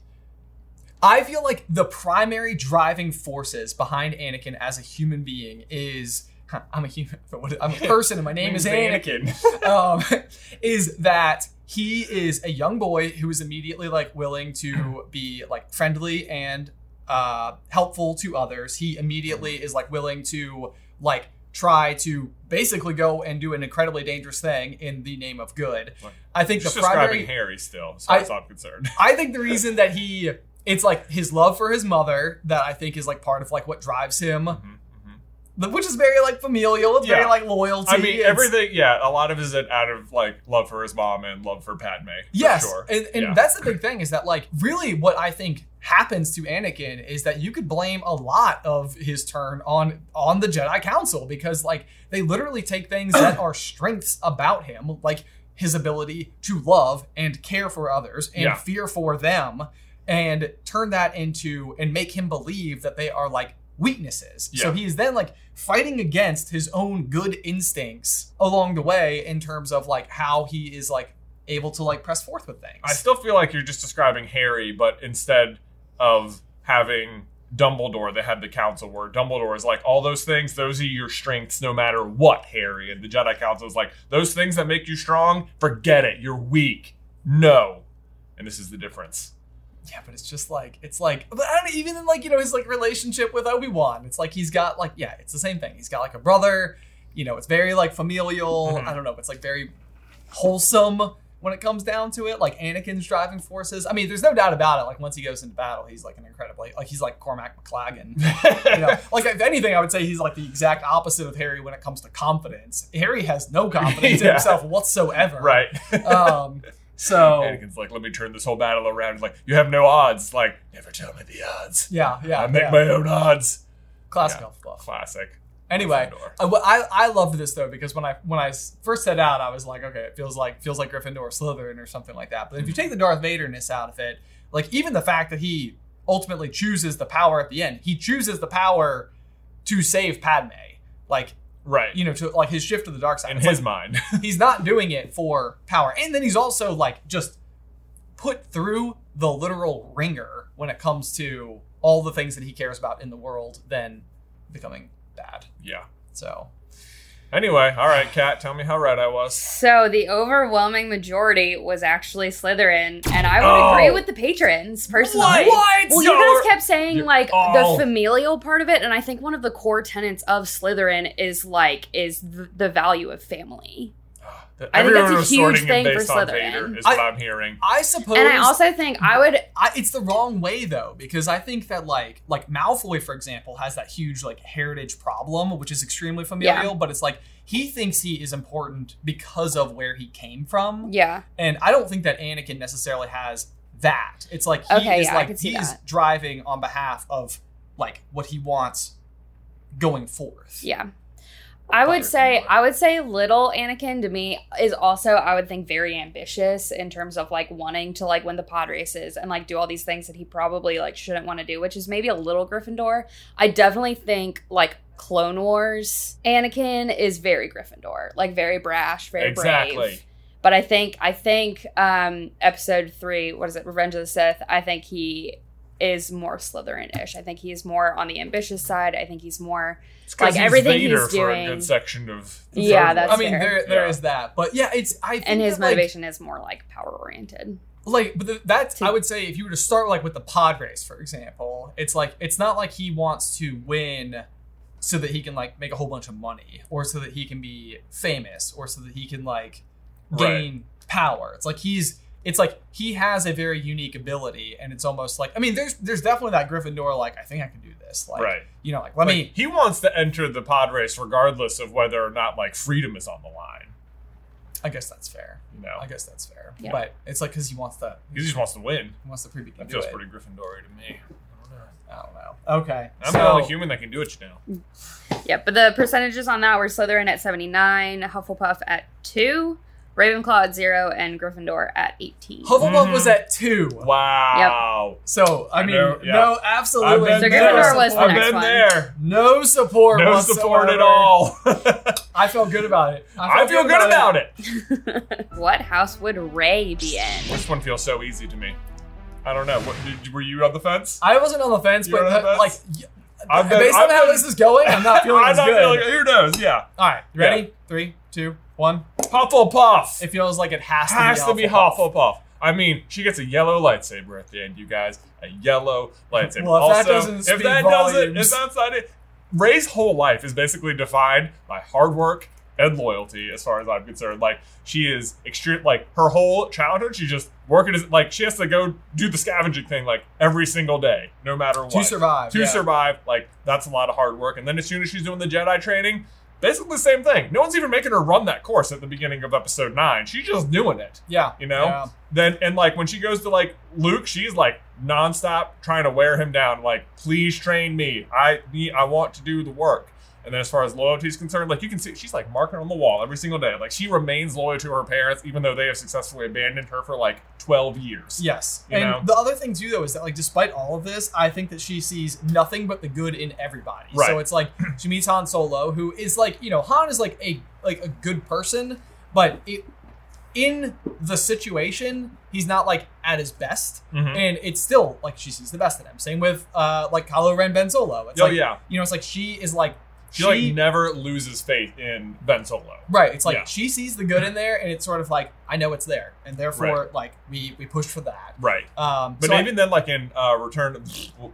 Speaker 3: I feel like the primary driving forces behind Anakin as a human being is huh, I'm a human. what- I'm a person, and my name is Anakin. um, is that he is a young boy who is immediately like willing
Speaker 1: Mm-hmm.
Speaker 3: to be like friendly and uh, helpful to others. He
Speaker 1: Mm-hmm.
Speaker 3: immediately is like willing to like try to basically go and do an incredibly dangerous thing in the name of good.
Speaker 1: Right.
Speaker 3: I think
Speaker 1: Just
Speaker 3: the
Speaker 1: describing
Speaker 3: primary
Speaker 1: Harry still, as far
Speaker 3: I-
Speaker 1: as I'm concerned.
Speaker 3: I think the reason that he it's like his love for his mother that I think is like part of like what drives him,
Speaker 1: Mhm, mhm.
Speaker 3: The- which is very like familial, it's very
Speaker 1: Yeah.
Speaker 3: like loyalty.
Speaker 1: I mean,
Speaker 3: It's-
Speaker 1: everything. Yeah, a lot of it is out of like love for his mom and love for Padme. for
Speaker 3: Yes,
Speaker 1: sure.
Speaker 3: and, and
Speaker 1: Yeah.
Speaker 3: that's the big thing is that like really what I think happens to Anakin is that you could blame a lot of his turn on on the Jedi Council because like they literally take things that are strengths about him, like his ability to love and care for others and
Speaker 1: Yeah.
Speaker 3: fear for them, and turn that into and make him believe that they are like weaknesses. So
Speaker 1: Yeah.
Speaker 3: he is then like fighting against his own good instincts along the way in terms of like how he is like able to like press forth with things.
Speaker 1: I still feel like you're just describing Harry, but instead of having Dumbledore, they had the Council where Dumbledore is like, all those things, those are your strengths no matter what, Harry. And the Jedi Council is like, those things that make you strong, forget it. You're weak. No. And this is the difference.
Speaker 3: yeah, but it's just like it's like but I don't even in like you know his like relationship with Obi Wan. It's like he's got like yeah, it's the same thing. He's got like a brother. You know, it's very like familial.
Speaker 1: Mhm.
Speaker 3: I don't know. It's like very wholesome when it comes down to it. Like Anakin's driving forces. I mean, there's no doubt about it. Like once he goes into battle, he's like an incredibly like he's like Cormac McLagan. you know, like if anything, I would say he's like the exact opposite of Harry when it comes to confidence. Harry has no confidence in
Speaker 1: Yeah.
Speaker 3: himself whatsoever.
Speaker 1: right.
Speaker 3: Um,
Speaker 5: Oh.
Speaker 3: so
Speaker 1: Anakin's like, let me turn this whole battle around. He's like, you have no odds. Like, never tell me the odds.
Speaker 3: yeah, yeah,
Speaker 1: I make
Speaker 3: yeah.
Speaker 1: my own odds.
Speaker 3: classic
Speaker 1: yeah.
Speaker 3: elf buff.
Speaker 1: Classic.
Speaker 3: Anyway,
Speaker 1: Gryffindor.
Speaker 3: I, I I loved this though because when I when I s- first set out, I was like, okay, it feels like feels like Gryffindor or Slytherin or something like that. But
Speaker 1: Mm-hmm.
Speaker 3: if you take the Darth Vaderness out of it, like even the fact that he ultimately chooses the power at the end, he chooses the power to save Padme, like
Speaker 1: Right.
Speaker 3: you know, to like his shift to the dark side.
Speaker 1: In
Speaker 3: It's like,
Speaker 1: his mind.
Speaker 3: he's not doing it for power. And then he's also like just put through the literal ringer when it comes to all the things that he cares about in the world, then becoming bad.
Speaker 1: yeah.
Speaker 3: So
Speaker 1: Anyway, all right, Kat, tell me how right I was.
Speaker 5: So the overwhelming majority was actually Slytherin, and I would
Speaker 1: Oh.
Speaker 5: agree with the patrons personally.
Speaker 1: What?
Speaker 5: Well,
Speaker 1: You're-
Speaker 5: you guys kept saying
Speaker 1: you're
Speaker 5: like
Speaker 1: all-
Speaker 5: the familial part of it, and I think one of the core tenets of Slytherin is like is th- the value of family,
Speaker 1: That
Speaker 5: I think that's a
Speaker 1: everyone was
Speaker 5: huge
Speaker 1: sorting it
Speaker 5: thing for
Speaker 1: based on
Speaker 5: Slytherin.
Speaker 1: Vader is
Speaker 3: I-
Speaker 1: what I'm hearing.
Speaker 3: I suppose
Speaker 5: and I also think I would
Speaker 3: I, it's the wrong way though because I think that like like Malfoy for example has that huge like heritage problem which is extremely familial but it's like he thinks he is important because of where he came from
Speaker 5: yeah
Speaker 3: And I don't think that Anakin necessarily has that. It's like he
Speaker 5: Okay,
Speaker 3: is
Speaker 5: yeah, I
Speaker 3: like
Speaker 5: could see
Speaker 3: he's
Speaker 5: that.
Speaker 3: driving on behalf of like what he wants going forth.
Speaker 5: yeah. I would
Speaker 3: Better
Speaker 5: say
Speaker 3: than what?
Speaker 5: I would say little Anakin to me is also I would think very ambitious in terms of like wanting to like win the pod races and like do all these things that he probably like shouldn't want to do, which is maybe a little Gryffindor. I definitely think like Clone Wars Anakin is very Gryffindor, like very brash, very brave.
Speaker 1: Exactly.
Speaker 5: But I think I think um episode 3, what is it? Revenge of the Sith, I think he is more Slytherin-ish. I think he's more on the ambitious side. I think he's more
Speaker 1: It's 'cause
Speaker 5: Like,
Speaker 1: he's
Speaker 5: everything
Speaker 1: Vader
Speaker 5: he's
Speaker 1: for
Speaker 5: doing-
Speaker 1: a good section of.
Speaker 5: Yeah, that's-
Speaker 3: I mean,
Speaker 5: fair.
Speaker 3: there there
Speaker 1: Yeah.
Speaker 3: is that, but yeah, it's I think
Speaker 5: and his
Speaker 3: that, like-
Speaker 5: motivation is more like power oriented.
Speaker 3: like but the, that's
Speaker 5: To-
Speaker 3: i would say if you were to start like with the pod race for example it's like it's not like he wants to win so that he can like make a whole bunch of money or so that he can be famous or so that he can like
Speaker 1: Right.
Speaker 3: gain power. It's like he's it's like he has a very unique ability and it's almost like I mean there's there's definitely that Gryffindor like I think I can do this. Like
Speaker 1: Right.
Speaker 3: you know like let
Speaker 1: Like,
Speaker 3: me
Speaker 1: he wants to enter the pod race regardless of whether or not like freedom is on the line.
Speaker 3: I guess that's fair.
Speaker 1: You know,
Speaker 3: I guess that's fair.
Speaker 5: Yeah.
Speaker 3: But it's like cuz he wants the
Speaker 1: he just wants to win.
Speaker 3: he wants the preview
Speaker 1: That
Speaker 3: do
Speaker 1: feels
Speaker 3: it.
Speaker 1: pretty Gryffindor to me. I don't know.
Speaker 3: I don't know. Okay.
Speaker 1: I'm
Speaker 3: so,
Speaker 1: the only human that can do it, you know.
Speaker 5: Yeah, but the percentages on that were Slytherin at 79, Hufflepuff at 2, Ravenclaw at 0, and Gryffindor at 18.
Speaker 3: Hufflepuff was
Speaker 1: Mhm.
Speaker 3: at 2.
Speaker 1: Wow.
Speaker 3: So, I
Speaker 1: I
Speaker 3: mean,
Speaker 1: know, yeah.
Speaker 3: no absolutely.
Speaker 5: So
Speaker 3: no
Speaker 5: Gryffindor
Speaker 3: support.
Speaker 5: was the
Speaker 1: I've
Speaker 5: next
Speaker 1: been
Speaker 5: one.
Speaker 1: there.
Speaker 3: No support.
Speaker 1: No
Speaker 3: whatsoever.
Speaker 1: support at all.
Speaker 3: I felt good about it.
Speaker 1: I feel good about it.
Speaker 5: what house would Ray be in?
Speaker 1: This one feels so easy to me. I don't know. What, did, were you on the fence?
Speaker 3: I wasn't on the fence,
Speaker 1: You
Speaker 3: but
Speaker 1: were on the
Speaker 3: uh, like,
Speaker 1: fence?
Speaker 3: y-
Speaker 1: I've been-
Speaker 3: based on
Speaker 1: I've
Speaker 3: how
Speaker 1: been-
Speaker 3: this is going, I'm not feeling
Speaker 1: I'm
Speaker 3: as
Speaker 1: not
Speaker 3: good.
Speaker 1: feeling- who knows? Yeah.
Speaker 3: All right, you
Speaker 1: Yeah.
Speaker 3: ready? Three, two, one.
Speaker 1: Hufflepuff.
Speaker 3: It feels like it has,
Speaker 1: has to be
Speaker 3: Hufflepuff.
Speaker 1: Hufflepuff. I mean, she gets a yellow lightsaber at the end, you guys. A yellow lightsaber.
Speaker 3: Well, if that
Speaker 1: also,
Speaker 3: doesn't
Speaker 1: if
Speaker 3: speak
Speaker 1: that doesn't, if
Speaker 3: volumes.
Speaker 1: that's not it, Ray's whole life is basically defined by hard work and loyalty, as far as I'm concerned. Like she is extreme. Like her whole childhood, she's just working. As, like she has to go do the scavenging thing like every single day, no matter what
Speaker 3: To survive.
Speaker 1: to
Speaker 3: yeah.
Speaker 1: survive. Like that's a lot of hard work. And then as soon as she's doing the Jedi training, basically the same thing. No one's even making her run that course at the beginning of episode nine. She's just doing it.
Speaker 3: Yeah.
Speaker 1: You know?
Speaker 3: Yeah.
Speaker 1: Then and like when she goes to like Luke, she's like nonstop trying to wear him down. Like, please train me. I need. I want to do the work. And then as far as loyalty is concerned, like you can see, she's like marking on the wall every single day. Like she remains loyal to her parents, even though they have successfully abandoned her for like twelve years.
Speaker 3: Yes.
Speaker 1: You
Speaker 3: and
Speaker 1: know?
Speaker 3: the other thing too though is that like despite all of this, I think that she sees nothing but the good in everybody.
Speaker 1: Right.
Speaker 3: So it's like she meets Han Solo, who is like, you know, Han is like a like a good person, but it in the situation, he's not like at his best.
Speaker 1: Mhm.
Speaker 3: And it's still like she sees the best in him. Same with uh like Kylo Ren Ben Solo. It's
Speaker 1: Oh
Speaker 3: like
Speaker 1: yeah,
Speaker 3: you know, it's like she is like
Speaker 1: she, like never loses faith in Ben Solo.
Speaker 3: Right. It's like
Speaker 1: Yeah.
Speaker 3: she sees the good in there and it's sort of like, I know it's there. And therefore like we we pushed for that.
Speaker 1: Right.
Speaker 3: Um
Speaker 1: But
Speaker 3: so I-
Speaker 1: even then, like in uh, Return,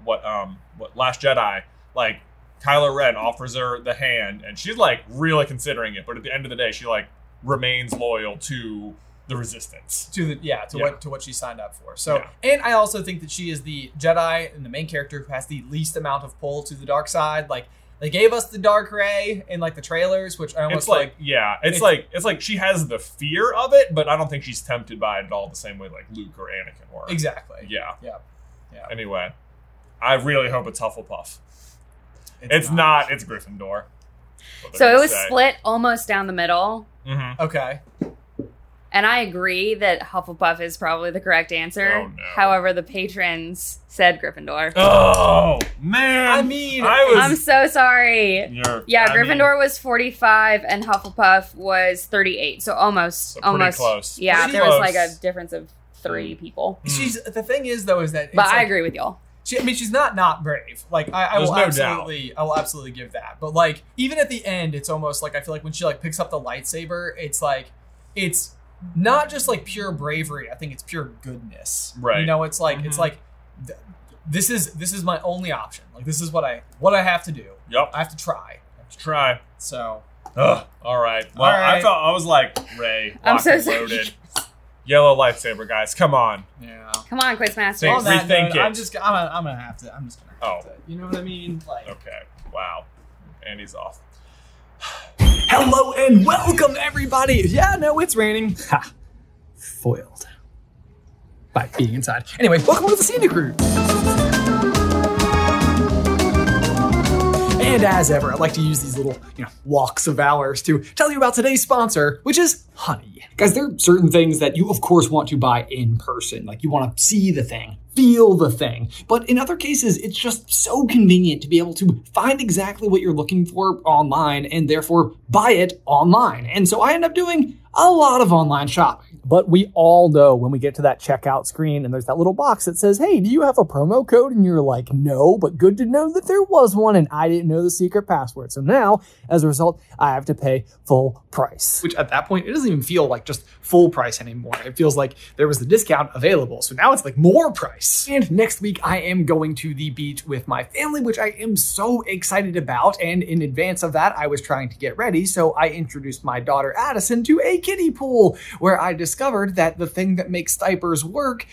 Speaker 1: what um, what Last Jedi, like Kylo Ren offers her the hand, and she's like really considering it. But at the end of the day, she like remains loyal to the Resistance.
Speaker 3: to the yeah to
Speaker 1: Yeah.
Speaker 3: what to what she signed up for. So
Speaker 1: Yeah.
Speaker 3: and I also think that she is the Jedi and the main character who has the least amount of pull to the dark side. Like they gave us the dark ray in like the trailers, which I almost
Speaker 1: It's like, yeah, it's,
Speaker 3: it's-
Speaker 1: like it's like she has the fear of it, but I don't think she's tempted by it at all the same way like Luke or Anakin were.
Speaker 3: exactly.
Speaker 1: Yeah.
Speaker 3: Yeah. Yeah.
Speaker 1: Anyway, I really hope it's Hufflepuff. It's, not. It's Gryffindor.
Speaker 5: So it was split almost down the middle.
Speaker 1: Mm-hmm.
Speaker 3: okay.
Speaker 5: And I agree that Hufflepuff is probably the correct answer.
Speaker 1: Oh, no.
Speaker 5: However, the patrons said Gryffindor.
Speaker 1: Oh man!
Speaker 3: I mean,
Speaker 1: I was-
Speaker 5: I'm so sorry.
Speaker 1: You're-
Speaker 5: Yeah,
Speaker 1: I mean-
Speaker 5: Gryffindor was 45 and Hufflepuff was 38. So almost,
Speaker 1: So pretty
Speaker 5: almost
Speaker 1: close.
Speaker 5: Yeah,
Speaker 3: Pretty
Speaker 5: there was like a
Speaker 1: close. Mm,
Speaker 5: difference of three people.
Speaker 3: she's the thing is though is that it's
Speaker 5: But I
Speaker 3: like-
Speaker 5: agree with y'all.
Speaker 3: She, I mean, she's not not brave. Like I, I
Speaker 1: There's
Speaker 3: will
Speaker 1: no
Speaker 3: absolutely, I will absolutely give that. But like even at the end, it's almost like I feel like when she like picks up the lightsaber, it's like it's not just like pure bravery. I think it's pure goodness.
Speaker 1: Right.
Speaker 3: You know, it's like
Speaker 1: Mhm.
Speaker 3: it's like th- this is this is my only option. Like this is what I what I have to do.
Speaker 1: Yep.
Speaker 3: I have to try.
Speaker 1: Try.
Speaker 3: So
Speaker 1: Ugh. All right. Well,
Speaker 3: All right.
Speaker 1: I felt I was like Ray.
Speaker 5: I'm
Speaker 1: locked
Speaker 5: so
Speaker 1: and
Speaker 5: sorry.
Speaker 1: loaded. Yellow lightsaber, guys. Come on.
Speaker 3: yeah.
Speaker 5: Come on, Quizmaster.
Speaker 1: Thanks.
Speaker 3: On that
Speaker 1: rethink
Speaker 3: note,
Speaker 1: it.
Speaker 3: I'm just I'm gonna, I'm gonna have to. I'm just gonna. Have
Speaker 1: Oh.
Speaker 3: to, you know what I mean? Like.
Speaker 1: Okay. Wow. And he's off.
Speaker 3: Hello and welcome everybody. Yeah, no, it's raining. Ha. Foiled. By being inside. Anyway, welcome to the Santa Crew. And as ever, I'd like to use these little, you know, walks of hours to tell you about today's sponsor, which is honey.
Speaker 6: Guys, there are certain things that you, of course, want to buy in person. Like you want to see the thing, feel the thing. But in other cases, it's just so convenient to be able to find exactly what you're looking for online and therefore buy it online. And so I end up doing a lot of online shopping.
Speaker 7: But we all know when we get to that checkout screen and there's that little box that says, Hey, do you have a promo code? And you're like, No, but good to know that there was one and I didn't know the secret password. So now, as a result, I have to pay full price.
Speaker 3: Which at that point, it doesn't even feel like just full price anymore. It feels like there was the discount available. So now it's like more price.
Speaker 8: nice.
Speaker 3: And next week, I am going to the beach with my family, which I am so excited about. And in advance of that, I was trying to get ready. So I introduced my daughter Addison to a kiddie pool where I discovered that the thing that makes diapers work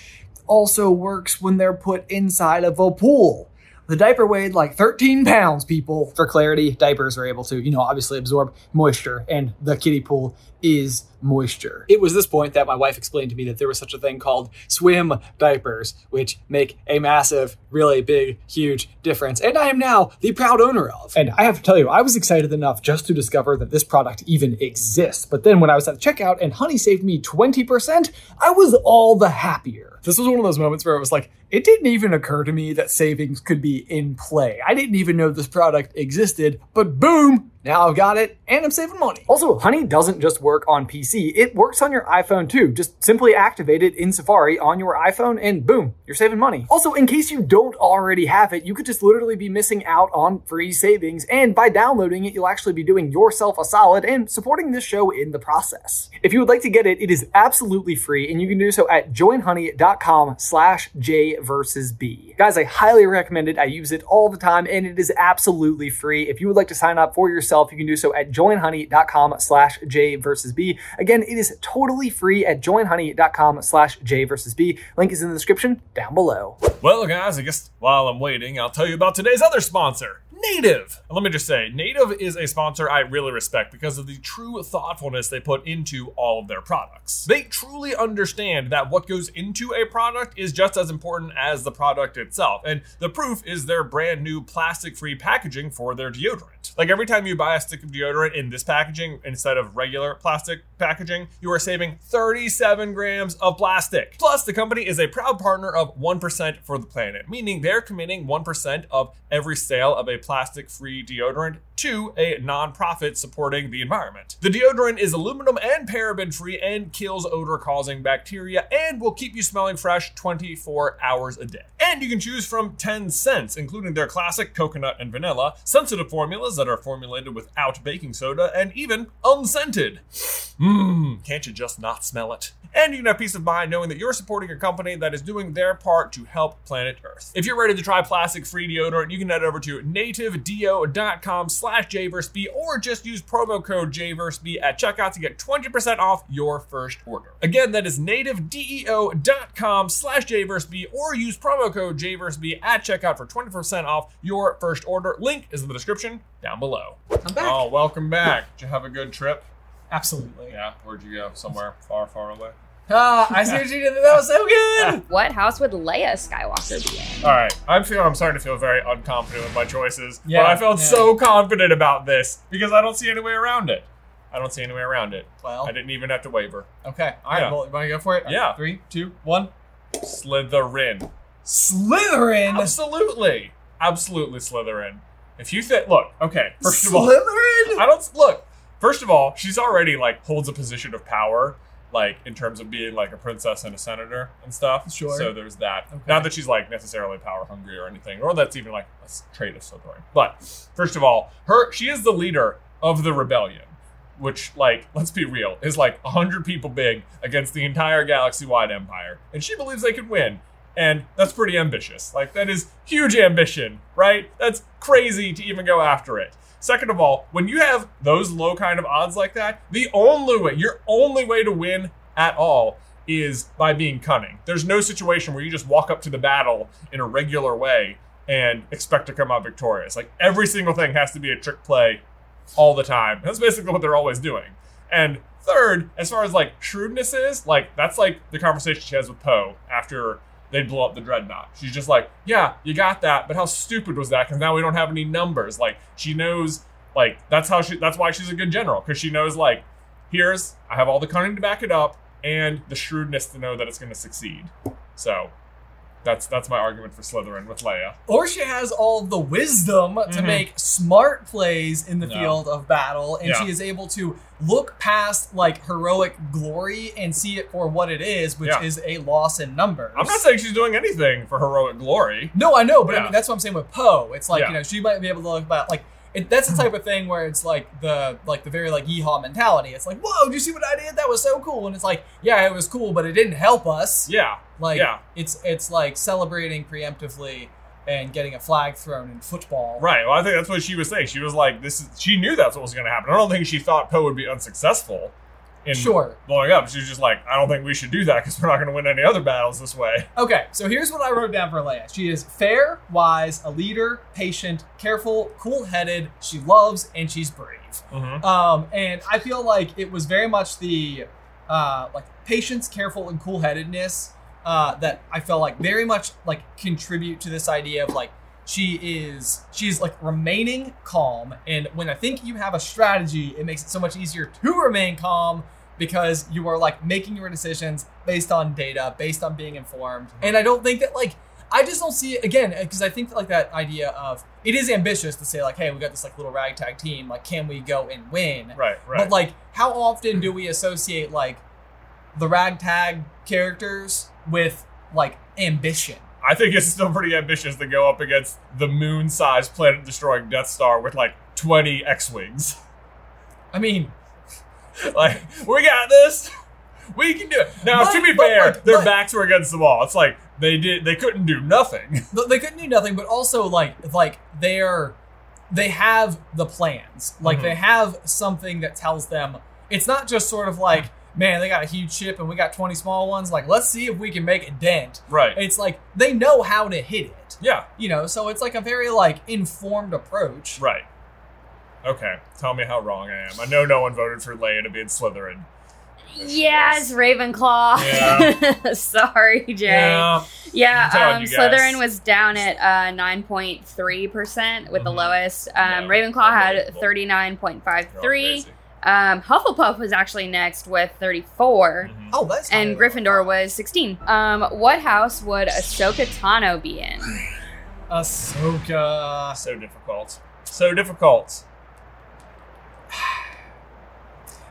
Speaker 3: also works when they're put inside of a pool. The diaper weighed like 13 pounds, people. For clarity, diapers are able to, you know, obviously absorb moisture, and the kiddie pool is moisture. It was this point that my wife explained to me that there was such a thing called swim diapers, which make a massive, really big, huge difference, and I am now the proud owner of. And I have to tell you, I was excited enough just to discover that this product even exists. But then when I was at the checkout and Honey saved me 20%, I was all the happier. This was one of those moments where it was like, it didn't even occur to me that savings could be in play. I didn't even know this product existed, but boom, now I've got it and I'm saving money. Also, Honey doesn't just work on PC, it works on your iPhone too. Just simply activate it in Safari on your iPhone and boom, you're saving money. Also, in case you don't already have it, you could just literally be missing out on free savings. And by downloading it, you'll actually be doing yourself a solid and supporting this show in the process. If you would like to get it, it is absolutely free and you can do so at joinhoney.com slash J versus B. Guys, I highly recommend it. I use it all the time and it is absolutely free. If you would like to sign up for yourself, you can do so at joinhoney.com slash J versus B. Again, it is totally free at joinhoney.com slash J versus B. Link is in the description down below.
Speaker 1: Well, guys, I guess while I'm waiting, I'll tell you about today's other sponsor, Native. And let me just say, Native is a sponsor I really respect because of the true thoughtfulness they put into all of their products. They truly understand that what goes into a product is just as important as the product itself. And the proof is their brand new plastic free packaging for their deodorant. Like every time you buy a stick of deodorant in this packaging instead of regular plastic packaging, you are saving 37 grams of plastic. Plus, the company is a proud partner of 1% for the planet, meaning they're committing 1% of every sale of a plastic free deodorant to a nonprofit supporting the environment. The deodorant is aluminum and paraben free and kills odor causing bacteria and will keep you smelling fresh 24 hours a day. And you can choose from 10 scents, including their classic coconut and vanilla, sensitive formulas that are formulated without baking soda, and even unscented. Mmm, can't you just not smell it? And you can have peace of mind knowing that you're supporting a company that is doing their part to help planet Earth. If you're ready to try plastic-free deodorant, you can head over to nativedo.com slash jverseb or just use promo code jverseb at checkout to get 20% off your first order. Again, that is nativedeo.com slash jverseb or use promo code jverseb at checkout for 20% off your first order. Link is in the description down below.
Speaker 8: I'm back.
Speaker 1: Oh, welcome back. Did you have a good trip?
Speaker 8: Absolutely.
Speaker 1: Yeah, where'd you go? Somewhere far, far away.
Speaker 8: Ah, I see what you did. there. That was so good.
Speaker 5: What house would Leia Skywalker be in?
Speaker 1: All right, I'm feeling. I'm starting to feel very unconfident with my choices,
Speaker 8: Yeah,
Speaker 1: but I felt
Speaker 8: yeah.
Speaker 1: so confident about this because I don't see any way around it. I don't see any way around it.
Speaker 8: Well,
Speaker 1: I didn't even have to waver.
Speaker 8: okay. All right.
Speaker 1: Yeah.
Speaker 8: Well, you want to go for it?
Speaker 1: Yeah.
Speaker 8: Three, two, one.
Speaker 1: Slytherin,
Speaker 8: Slytherin.
Speaker 1: absolutely, absolutely Slytherin. If you think, look, okay, first of all,
Speaker 8: Slytherin.
Speaker 1: I don't look. First of all, she's already like holds a position of power, like in terms of being like a princess and a senator and stuff.
Speaker 8: Sure.
Speaker 1: So there's that.
Speaker 8: Okay.
Speaker 1: Not that she's like necessarily power hungry or anything, or that's even like a s- trait of Slytherin. But first of all, her she is the leader of the rebellion, which like let's be real is like hundred people big against the entire galaxy-wide empire, and she believes they could win. And that's pretty ambitious. Like, that is huge ambition, right? That's crazy to even go after it. Second of all, when you have those low kind of odds like that, the only way, your only way to win at all is by being cunning. There's no situation where you just walk up to the battle in a regular way and expect to come out victorious. Like, every single thing has to be a trick play all the time. That's basically what they're always doing. And third, as far as like shrewdness is, like that's like the conversation she has with Poe after they blow up the dreadnought. She's just like, yeah, you got that, but how stupid was that? Because now we don't have any numbers. Like she knows, like that's how she, that's why she's a good general because she knows like, here's I have all the cunning to back it up and the shrewdness to know that it's going to succeed. So. That's that's my argument for Slytherin with Leia.
Speaker 8: Or she has all the wisdom to
Speaker 1: Mhm.
Speaker 8: make smart plays in the
Speaker 1: No.
Speaker 8: field of battle, and
Speaker 1: Yeah.
Speaker 8: she is able to look past like heroic glory and see it for what it is, which
Speaker 1: Yeah.
Speaker 8: is a loss in numbers.
Speaker 1: I'm not saying she's doing anything for heroic glory.
Speaker 8: No, I know, but I
Speaker 1: Yeah.
Speaker 8: mean, that's what I'm saying with Poe. It's like
Speaker 1: Yeah.
Speaker 8: you know she might be able to look about like it, that's the type of thing where it's like the like the very like yeehaw mentality. It's like, whoa, do you see what I did? That was so cool. And it's like, yeah, it was cool, but it didn't help us.
Speaker 1: Yeah.
Speaker 8: Like
Speaker 1: Yeah.
Speaker 8: it's it's like celebrating preemptively and getting a flag thrown in football.
Speaker 1: Right. Well, I think that's what she was saying. She was like, "This is." She knew that's what was going to happen. I don't think she thought Poe would be unsuccessful in
Speaker 8: Sure.
Speaker 1: blowing up. She was just like, "I don't think we should do that because we're not going to win any other battles this way."
Speaker 8: Okay, so here's what I wrote down for Leia. She is fair, wise, a leader, patient, careful, cool-headed. She loves and she's brave.
Speaker 1: Mm-hmm.
Speaker 8: Um, and I feel like it was very much the uh, like patience, careful, and cool-headedness uh, that I felt like very much like contribute to this idea of like she is she's like remaining calm. And when I think you have a strategy, it makes it so much easier to remain calm because you are like making your decisions based on data, based on being informed. And I don't think that like I just don't see it again because I think like that idea of it is ambitious to say like, hey, we got this like little ragtag team, like can we go and win?
Speaker 1: Right. Right.
Speaker 8: But like, how often do we associate like the ragtag characters with like ambition?
Speaker 1: I think it's still pretty ambitious to go up against the moon-sized planet-destroying Death Star with like 20 X-wings.
Speaker 8: I mean,
Speaker 1: like, we got this. We can do it. Now, to
Speaker 8: But-
Speaker 1: be
Speaker 8: but,
Speaker 1: fair,
Speaker 8: like,
Speaker 1: their
Speaker 8: but-
Speaker 1: backs were against the wall. It's like they did. They couldn't do nothing.
Speaker 8: th- they couldn't do nothing, but also like like they're they have the plans. Like
Speaker 1: Mhm.
Speaker 8: they have something that tells them it's not just sort of like, man, they got a huge ship and we got 20 small ones. Like, let's see if we can make a dent.
Speaker 1: Right.
Speaker 8: It's like they know how to hit it.
Speaker 1: Yeah.
Speaker 8: You know, so it's like a very like informed approach.
Speaker 1: Right. Okay. Tell me how wrong I am. I know no one voted for Leia to be in Slytherin.
Speaker 5: Yes, Ravenclaw. Sorry, Jay.
Speaker 1: Yeah.
Speaker 5: Yeah,
Speaker 1: I'm telling
Speaker 5: um,
Speaker 1: you guys.
Speaker 5: Slytherin was down at uh, 9.3% with the
Speaker 1: Mhm.
Speaker 5: lowest. Um,
Speaker 1: No,
Speaker 5: Ravenclaw had
Speaker 1: unbelievable. You're all
Speaker 5: 39.53.
Speaker 1: crazy.
Speaker 5: Um, Hufflepuff was actually next with 34.
Speaker 1: Mhm.
Speaker 8: Oh, that's
Speaker 5: And
Speaker 8: highly
Speaker 5: Gryffindor was 16. Um, what house would Ahsoka Tano be in?
Speaker 8: Ahsoka.
Speaker 1: So difficult. So difficult.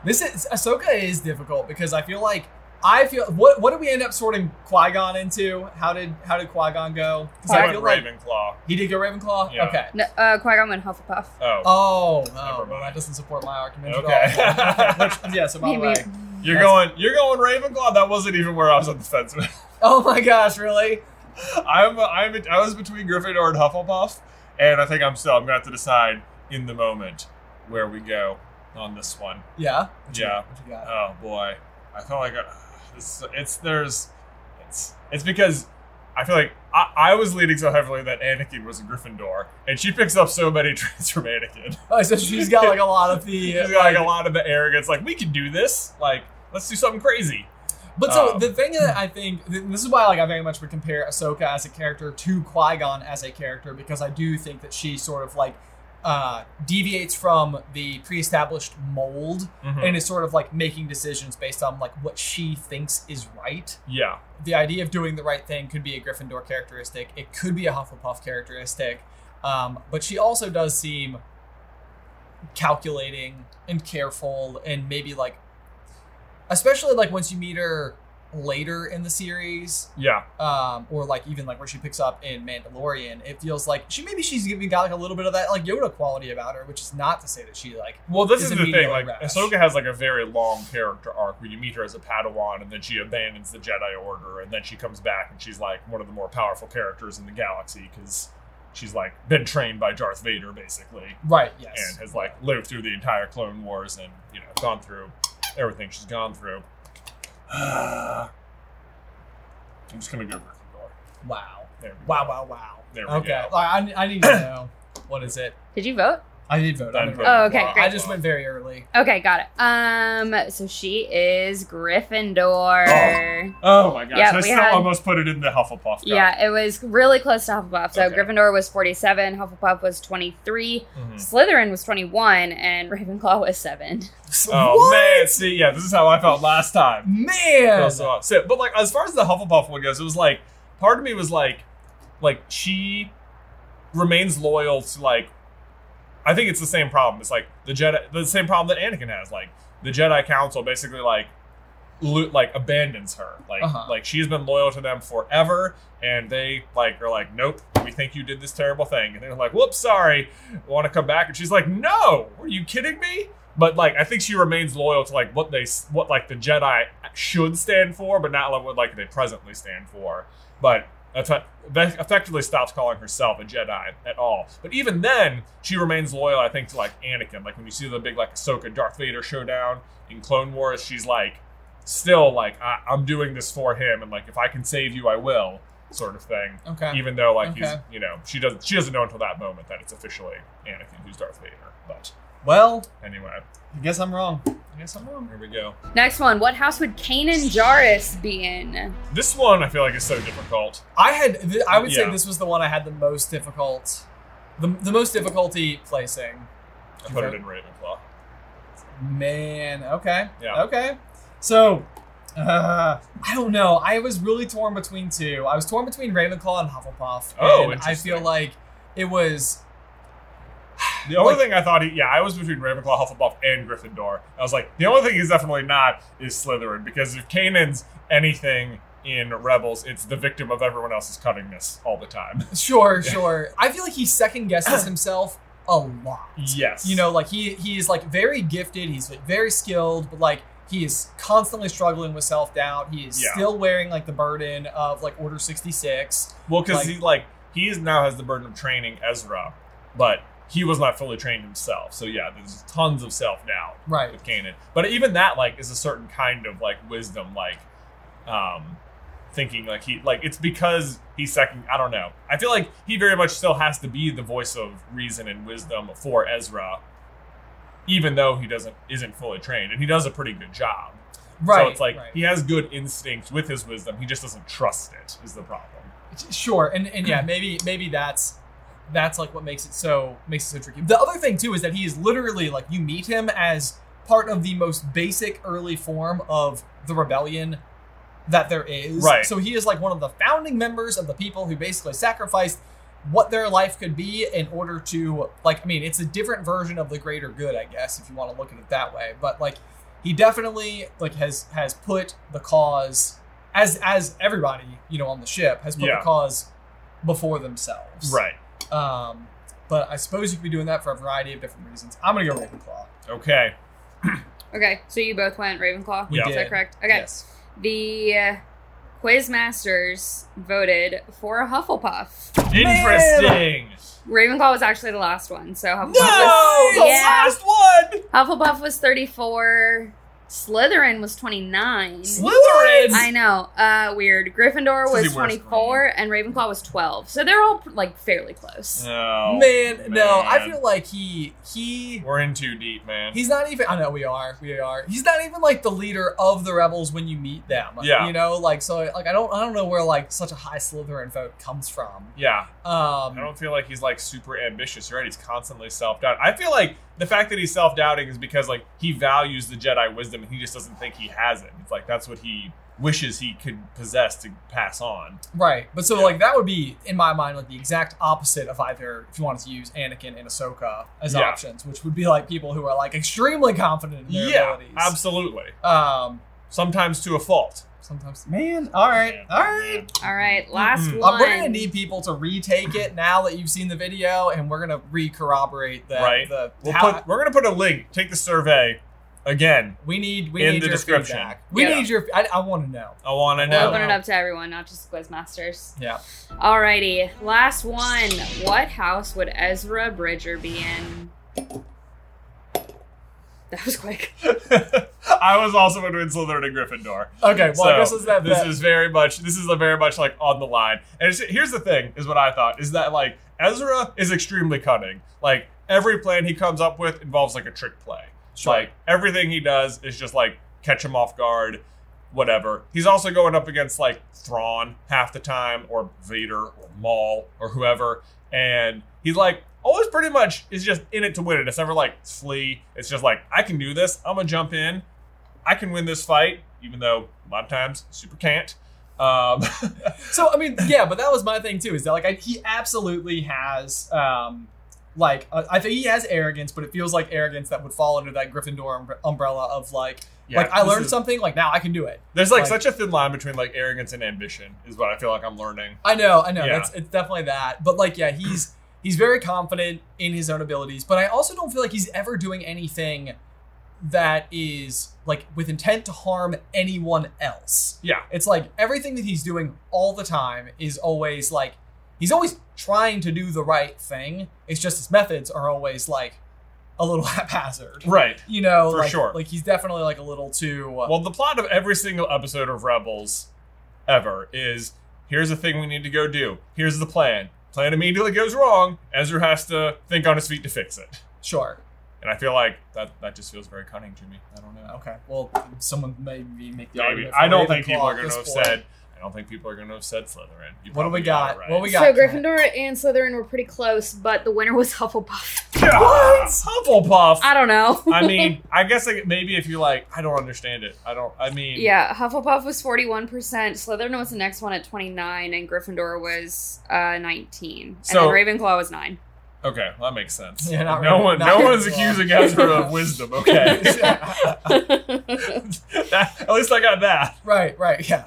Speaker 8: This is Ahsoka is difficult because I feel like I feel what what did we end up sorting Qui Gon into? How did how did Qui Gon go? Because
Speaker 1: I
Speaker 8: I
Speaker 1: went
Speaker 8: feel like
Speaker 1: Ravenclaw.
Speaker 8: he did go Ravenclaw.
Speaker 1: Yeah.
Speaker 8: Okay.
Speaker 5: No, uh, Qui Gon went Hufflepuff.
Speaker 1: Oh.
Speaker 8: Oh, no,
Speaker 1: Never mind.
Speaker 8: well, that doesn't support my argument
Speaker 1: Okay.
Speaker 8: at all. Which, yeah. So by the way,
Speaker 5: Maybe-
Speaker 1: You're
Speaker 8: That's-
Speaker 1: going. You're going Ravenclaw. That wasn't even where I was on the fence. with.
Speaker 8: oh my gosh, really?
Speaker 1: I'm. I'm. I was between Gryffindor and Hufflepuff, and I think I'm still. I'm gonna have to decide in the moment where we go on this one.
Speaker 8: Yeah. What you-
Speaker 1: Yeah.
Speaker 8: What you got?
Speaker 1: Oh boy, I feel like uh, this. It's there's. It's it's because I feel like I, I was leaning so heavily that Anakin was a Gryffindor, and she picks up so many traits from Anakin.
Speaker 8: Oh, so she's got like a lot of the.
Speaker 1: She's got like a lot of the arrogance, like we can do this, like let's do something crazy.
Speaker 8: But so
Speaker 1: Um,
Speaker 8: the thing that I think th- this is why like I very much would compare Ahsoka as a character to Qui Gon as a character because I do think that she sort of like uh, deviates from the pre-established mold
Speaker 1: Mm-hmm. Hmm.
Speaker 8: and is sort of like making decisions based on like what she thinks is right.
Speaker 1: yeah,
Speaker 8: The idea of doing the right thing could be a Gryffindor characteristic. It could be a Hufflepuff characteristic. Um, but she also does seem calculating and careful and maybe like especially like once you meet her later in the series
Speaker 1: yeah,
Speaker 8: um or like even like where she picks up in mandalorian it feels like she maybe she's even got like a little bit of that like yoda quality about her which is not to say that she like
Speaker 1: Well, this
Speaker 8: is
Speaker 1: is, the thing.
Speaker 8: immediately
Speaker 1: Like,
Speaker 8: rash.
Speaker 1: Ahsoka has like a very long character arc where you meet her as a Padawan, and then she abandons the Jedi Order, and then she comes back, and she's like one of the more powerful characters in the galaxy because she's like been trained by Darth Vader basically,
Speaker 8: right yes
Speaker 1: and has like lived through the entire Clone Wars, and you know gone through everything she's gone through. I'm just gonna go Gryffindor.
Speaker 8: wow
Speaker 1: There we go.
Speaker 8: wow wow wow
Speaker 1: There we
Speaker 8: okay
Speaker 1: go.
Speaker 8: I, I need to know what is it
Speaker 5: Did you vote?
Speaker 8: i did vote
Speaker 1: Done
Speaker 8: I'm
Speaker 1: for
Speaker 8: gonna vote.
Speaker 5: Oh, okay,
Speaker 1: Gryffindor.
Speaker 5: great.
Speaker 8: i just went very early
Speaker 5: Okay, got it. Um, so she is Gryffindor.
Speaker 1: Oh my gosh!
Speaker 5: Yeah,
Speaker 1: I
Speaker 5: we
Speaker 1: still
Speaker 5: had-
Speaker 1: almost put it in the Hufflepuff. Cup.
Speaker 5: Yeah, it was really close to Hufflepuff. So
Speaker 1: Okay.
Speaker 5: Gryffindor was 47, Hufflepuff was 23,
Speaker 1: Mhm.
Speaker 5: Slytherin was 21, and Ravenclaw was 7.
Speaker 1: Oh
Speaker 8: What?
Speaker 1: man! See, yeah, this is how I felt last time.
Speaker 8: man
Speaker 1: Throws them off. So, but like as far as the Hufflepuff one goes, it was like part of me was like, like she remains loyal to like. I think it's the same problem. It's like the Jedi, the same problem that Anakin has. Like the Jedi Council basically like, lo- like abandons her. Like
Speaker 8: Uh-huh.
Speaker 1: like she's been loyal to them forever, and they like are like, nope, we think you did this terrible thing. And they're like, whoops, sorry, want to come back? And she's like, no, are you kidding me? But like, I think she remains loyal to like what they, what like the Jedi should stand for, but not like what like they presently stand for. But effe- effectively stops calling herself a Jedi at all. But even then, she remains loyal, I think, to like Anakin. Like when you see the big like Ahsoka Darth Vader showdown in Clone Wars, she's like still like I- I'm doing this for him, and like if I can save you, I will, sort of thing.
Speaker 8: Okay.
Speaker 1: Even though like he's
Speaker 8: Okay.
Speaker 1: you know she doesn't she doesn't know until that moment that it's officially Anakin who's Darth Vader. But
Speaker 8: Well,
Speaker 1: anyway,
Speaker 8: I guess I'm wrong.
Speaker 1: I guess I'm wrong. Here we go.
Speaker 5: Next one. What house would Kanan Jarrus be in?
Speaker 1: This one I feel like is so difficult.
Speaker 8: I had. Th- I would
Speaker 1: Yeah.
Speaker 8: say this was the one I had the most difficult, the, the most difficulty placing.
Speaker 1: I put it in Ravenclaw.
Speaker 8: Man, okay.
Speaker 1: Yeah.
Speaker 8: Okay. So, uh, I don't know. I was really torn between two. I was torn between Ravenclaw and Hufflepuff.
Speaker 1: Oh,
Speaker 8: and I
Speaker 1: interesting.
Speaker 8: feel like it was.
Speaker 1: The only
Speaker 8: Like-
Speaker 1: thing I thought, he, yeah, I was between Ravenclaw, Hufflepuff, and Gryffindor. I was like, the only thing he's definitely not is Slytherin because if Kanan's anything in Rebels, it's the victim of everyone else's cunningness all the time.
Speaker 8: Sure, sure. I feel like he second guesses himself a lot.
Speaker 1: Yes,
Speaker 8: You know, like he he is like very gifted. He's like very skilled, but like he is constantly struggling with self doubt. He is
Speaker 1: Yeah.
Speaker 8: still wearing like the burden of like Order sixty six.
Speaker 1: well, because
Speaker 8: like-
Speaker 1: he like he is now has the burden of training Ezra, but he was not fully trained himself. So yeah, there's tons of self doubt.
Speaker 8: Right.
Speaker 1: with Kanan. But even that like is a certain kind of like wisdom, like um thinking like he like it's because he's second I don't know. I feel like he very much still has to be the voice of reason and wisdom for Ezra, even though he doesn't isn't fully trained. And he does a pretty good job.
Speaker 8: Right.
Speaker 1: So it's like
Speaker 8: right.
Speaker 1: he has good instincts with his wisdom. He just doesn't trust it is the problem.
Speaker 8: Sure, and and yeah, maybe maybe that's that's like what makes it so makes it so tricky. The other thing too is that he is literally like you meet him as part of the most basic early form of the rebellion that there is.
Speaker 1: Right.
Speaker 8: So he is like one of the founding members of the people who basically sacrificed what their life could be in order to like I mean, it's a different version of the greater good, I guess, if you want to look at it that way. But like he definitely like has has put the cause as as everybody, you know, on the ship has put
Speaker 1: Yeah.
Speaker 8: the cause before themselves.
Speaker 1: Right.
Speaker 8: Um, but I suppose you could be doing that for a variety of different reasons. I'm gonna go Ravenclaw.
Speaker 1: Okay.
Speaker 5: Okay, so you both went Ravenclaw.
Speaker 1: We
Speaker 5: Is that
Speaker 8: did.
Speaker 5: correct? Okay.
Speaker 8: Yes.
Speaker 5: The uh, Quizmasters voted for Hufflepuff.
Speaker 1: Interesting.
Speaker 5: Ravenclaw was actually the last one, so Hufflepuff
Speaker 1: No,
Speaker 5: was
Speaker 1: the
Speaker 5: yeah.
Speaker 1: last one.
Speaker 5: Hufflepuff was 34. Slytherin was 29.
Speaker 1: Slytherin.
Speaker 5: I know. Uh, weird. Gryffindor
Speaker 1: Because he
Speaker 5: was
Speaker 1: wears
Speaker 5: 24 and Ravenclaw was 12. So they're all like fairly close.
Speaker 1: Oh,
Speaker 8: man, no, I
Speaker 1: man.
Speaker 8: feel like he he
Speaker 1: We're in too deep, man.
Speaker 8: he's not even. I know we are, we are. He's not even like the leader of the rebels when you meet them.
Speaker 1: Yeah.
Speaker 8: you know, like so, like I don't, I don't know where like such a high Slytherin vote comes from.
Speaker 1: yeah,
Speaker 8: Um,
Speaker 1: I don't feel like he's like super ambitious, right? He's constantly self doubt. I feel like the fact that he's self doubting is because like he values the Jedi wisdom and he just doesn't think he has it. It's like that's what he wishes he could possess to pass on.
Speaker 8: Right, but so like that would be in my mind like the exact opposite of either if you wanted to use Anakin and Ahsoka as
Speaker 1: Yeah.
Speaker 8: options, which would be like people who are like extremely confident in their
Speaker 1: Yeah,
Speaker 8: abilities.
Speaker 1: absolutely.
Speaker 8: Um,
Speaker 1: Sometimes to a fault.
Speaker 8: sometimes, man. All right,
Speaker 1: Yeah,
Speaker 8: all right.
Speaker 1: yeah.
Speaker 5: All right, last
Speaker 1: Mm-mm.
Speaker 5: one.
Speaker 8: Uh, we're gonna need people to retake it now that you've seen the video, and we're gonna re-corroborate that.
Speaker 1: Right.
Speaker 8: The
Speaker 1: We'll
Speaker 8: how-
Speaker 1: put, we're gonna put a link. Take the survey again.
Speaker 8: we need we
Speaker 1: in
Speaker 8: need
Speaker 1: the
Speaker 8: your
Speaker 1: description.
Speaker 8: feedback. We
Speaker 5: Yeah.
Speaker 8: need your. I, I want to know.
Speaker 1: I want to
Speaker 5: We'll
Speaker 1: know.
Speaker 5: open it up to everyone, not just Quizmasters.
Speaker 8: Yeah.
Speaker 5: Alrighty, last one. What house would Ezra Bridger be in? That was quick.
Speaker 1: I was also between Slytherin and Gryffindor.
Speaker 8: Okay. Well,
Speaker 1: So,
Speaker 8: I guess it's that.
Speaker 1: this
Speaker 8: bet.
Speaker 1: is very much this is a very much like on the line. And it's, here's the thing is what I thought is that like Ezra is extremely cunning. Like every plan he comes up with involves like a trick play.
Speaker 8: Sure.
Speaker 1: Like everything he does is just like catch him off guard, whatever. He's also going up against like Thrawn half the time or Vader or Maul or whoever and he's like always pretty much is just in it to win it. It's never like flee. It's just like I can do this. I'm gonna jump in. I can win this fight, even though a lot of times super can't. Um,
Speaker 8: So I mean, yeah, but that was my thing too. Is that like I, he absolutely has um, like uh, I think he has arrogance, but it feels like arrogance that would fall under that Gryffindor umbre- umbrella of like
Speaker 1: Yeah,
Speaker 8: like I
Speaker 1: this
Speaker 8: learned
Speaker 1: is-
Speaker 8: something, like now I can do it.
Speaker 1: There's like,
Speaker 8: Like-
Speaker 1: such a thin line between like arrogance and ambition, is what I feel like I'm learning.
Speaker 8: I know, I know.
Speaker 1: Yeah.
Speaker 8: That's it's definitely that. But like, yeah, he's he's very confident in his own abilities, but I also don't feel like he's ever doing anything that is like with intent to harm anyone else.
Speaker 1: Yeah.
Speaker 8: It's like everything that he's doing all the time is always like he's always trying to do the right thing. It's just his methods are always like a little haphazard.
Speaker 1: Right.
Speaker 8: You know,
Speaker 1: For
Speaker 8: like,
Speaker 1: sure.
Speaker 8: like he's definitely like a little too uh,
Speaker 1: Well, the plot of every single episode of Rebels ever is here's the thing we need to go do. Here's the plan. Plan immediately goes wrong. Ezra has to think on his feet to fix it.
Speaker 8: sure.
Speaker 1: And I feel like that that just feels very cunning to me. I don't know.
Speaker 8: Okay. Well, someone maybe make the
Speaker 1: Maybe.
Speaker 8: argument.
Speaker 1: I don't
Speaker 8: for
Speaker 1: think people
Speaker 8: Ravenclaw
Speaker 1: are
Speaker 8: at
Speaker 1: going to
Speaker 8: this
Speaker 1: have
Speaker 8: point.
Speaker 1: said. I don't think people are going to have said Slytherin. You
Speaker 8: What do
Speaker 1: probably
Speaker 8: we got?
Speaker 1: are
Speaker 8: What we
Speaker 5: So
Speaker 8: got?
Speaker 5: Gryffindor and Slytherin were pretty close, but the winner was Hufflepuff.
Speaker 1: What? Hufflepuff.
Speaker 5: I don't know.
Speaker 1: I mean, I guess like maybe if you like, I don't understand it. I don't. I mean,
Speaker 5: yeah, Hufflepuff was 41%, Slytherin was the next one at 29, and Gryffindor was uh, 19.
Speaker 1: So-
Speaker 5: and then Ravenclaw was 9.
Speaker 1: Okay, well, that makes sense.
Speaker 8: Yeah, not
Speaker 1: no
Speaker 8: really-
Speaker 1: one,
Speaker 8: not
Speaker 1: no
Speaker 8: really
Speaker 1: one's
Speaker 8: well.
Speaker 1: accusing Ezra of wisdom. Okay, That- at least I got that
Speaker 8: right, right, yeah.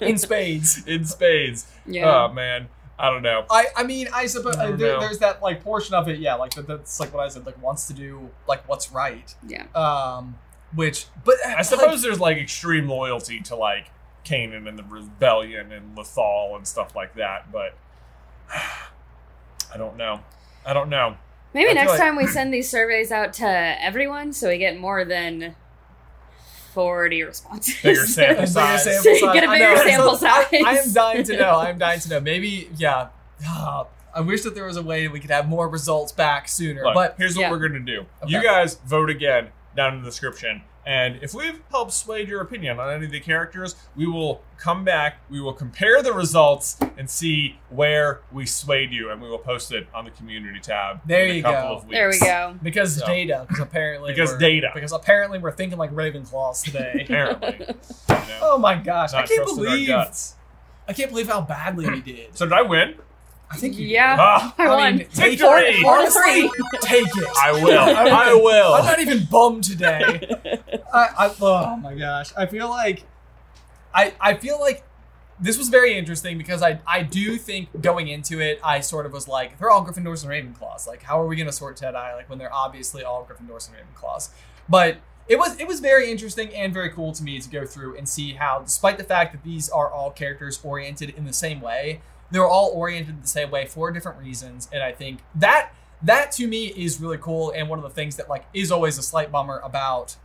Speaker 8: In spades.
Speaker 1: in spades.
Speaker 5: yeah.
Speaker 1: Oh man, I don't know.
Speaker 8: I, I mean, I suppose
Speaker 1: I don't
Speaker 8: there,
Speaker 1: know.
Speaker 8: there's that like portion of it, yeah, like that, that's like what I said, like wants to do like what's right.
Speaker 5: Yeah.
Speaker 8: Um, which, but uh,
Speaker 1: I suppose there's like extreme loyalty to like Canaan and the rebellion and Lethal and stuff like that, but I don't know. I don't know.
Speaker 5: Maybe
Speaker 1: I feel
Speaker 5: next
Speaker 1: like-
Speaker 5: time we send these surveys out to everyone so we get more than 40 responses.
Speaker 1: Bigger sample
Speaker 8: Bigger
Speaker 1: size.
Speaker 8: sample size.
Speaker 5: Get a
Speaker 8: I
Speaker 5: bigger
Speaker 8: know,
Speaker 5: sample
Speaker 8: it's not- I-
Speaker 5: size.
Speaker 8: I, am dying to know. I'm dying to know. Maybe, yeah. Ah, I wish that there was a way we could have more results back sooner.
Speaker 1: Look,
Speaker 8: but
Speaker 1: here's
Speaker 5: Yeah.
Speaker 1: what we're gonna do.
Speaker 8: Okay.
Speaker 1: You guys vote again down in the description. And if we've helped sway your opinion on any of the characters, we will come back, we will compare the results and see where we swayed you, and we will post it on the community tab
Speaker 8: There
Speaker 1: in a
Speaker 8: you
Speaker 1: couple
Speaker 8: go.
Speaker 1: of weeks.
Speaker 5: there we go.
Speaker 8: because
Speaker 1: So-
Speaker 8: data, because apparently
Speaker 1: Because
Speaker 8: we're-
Speaker 1: data.
Speaker 8: because apparently we're thinking like Ravenclaws today.
Speaker 1: Apparently. You know,
Speaker 8: oh my gosh, I
Speaker 1: not
Speaker 8: can't
Speaker 1: trusting our
Speaker 8: believe
Speaker 1: guts.
Speaker 8: I can't believe how badly we did.
Speaker 1: So did I win?
Speaker 8: I think you
Speaker 5: Yeah.
Speaker 1: Ah,
Speaker 5: I won.
Speaker 8: take
Speaker 1: Four-
Speaker 8: it.
Speaker 5: four to
Speaker 8: Honestly, take it.
Speaker 1: I will. I
Speaker 8: I'm
Speaker 1: will.
Speaker 8: not even bummed today. I, I, oh my gosh, I feel like, I I feel like this was very interesting because I I do think going into it I sort of was like they're all Gryffindors and Ravenclaws. Like how are we gonna sort Ted Eye like when they're obviously all Gryffindors and Ravenclaws? But it was it was very interesting and very cool to me to go through and see how, despite the fact that these are all characters oriented in the same way, they're all oriented the same way for different reasons. And I think that that to me is really cool and one of the things that like is always a slight bummer about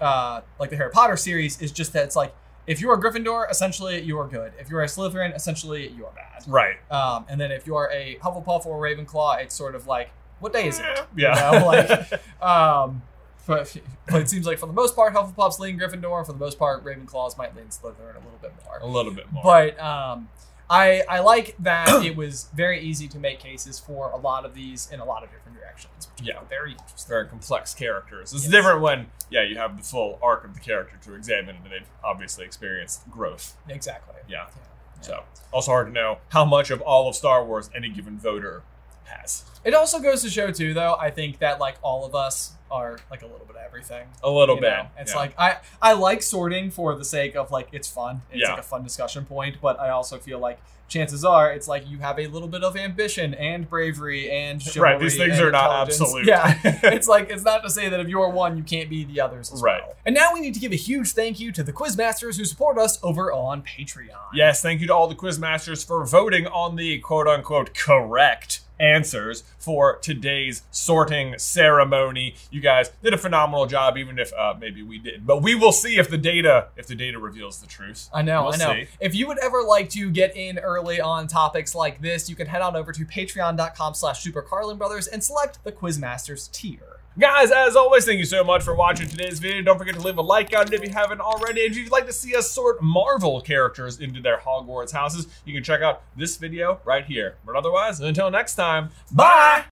Speaker 8: uh like the Harry Potter series is just that it's like if you are Gryffindor, essentially you are good. If you're a Slytherin, essentially you are bad.
Speaker 1: Right.
Speaker 8: Um, and then if you are a Hufflepuff or Ravenclaw, it's sort of like, what day is it?
Speaker 1: Yeah.
Speaker 8: You know, like, um, but, but it seems like for the most part, Hufflepuff's lean Gryffindor. For the most part, Ravenclaws might lean Slytherin a little bit more.
Speaker 1: a little bit more.
Speaker 8: But um, I I like that it was very easy to make cases for a lot of these in a lot of different directions. Which
Speaker 1: Yeah.
Speaker 8: yeah, very interesting.
Speaker 1: very complex characters. It's
Speaker 8: Yes.
Speaker 1: different when, yeah, you have the full arc of the character to examine, and they've obviously experienced growth.
Speaker 8: Exactly.
Speaker 1: Yeah.
Speaker 8: Yeah.
Speaker 1: So, also hard to know how much of all of Star Wars any given voter has.
Speaker 8: It also goes to show too, though. I think that like all of us are like a little bit of everything.
Speaker 1: A little
Speaker 8: you
Speaker 1: bit.
Speaker 8: know? It's
Speaker 1: yeah.
Speaker 8: like I I like sorting for the sake of like it's fun. It's
Speaker 1: Yeah.
Speaker 8: like a fun discussion point, but I also feel like chances are it's like you have a little bit of ambition and bravery and chivalry
Speaker 1: Right, these things
Speaker 8: and
Speaker 1: are not absolute.
Speaker 8: intelligence. Yeah, it's like it's not to say that if you are one, you can't be the others. As
Speaker 1: Right.
Speaker 8: Well. And now we need to give a huge thank you to the quizmasters who support us over on Patreon.
Speaker 1: Yes, thank you to all the quizmasters for voting on the quote unquote correct answers for today's sorting ceremony. You guys did a phenomenal job, even if uh, maybe we did. But we will see if the data if the data reveals the truth.
Speaker 8: I know,
Speaker 1: We'll
Speaker 8: I know.
Speaker 1: see.
Speaker 8: If you would ever like to get in early on topics like this, you can head on over to patreon.com slash super Carlin brothers and select the Quizmasters tier.
Speaker 1: Guys, as always, thank you so much for watching today's video. Don't forget to leave a like on it if you haven't already. And if you'd like to see us sort Marvel characters into their Hogwarts houses, you can check out this video right here. But otherwise, until next time, bye!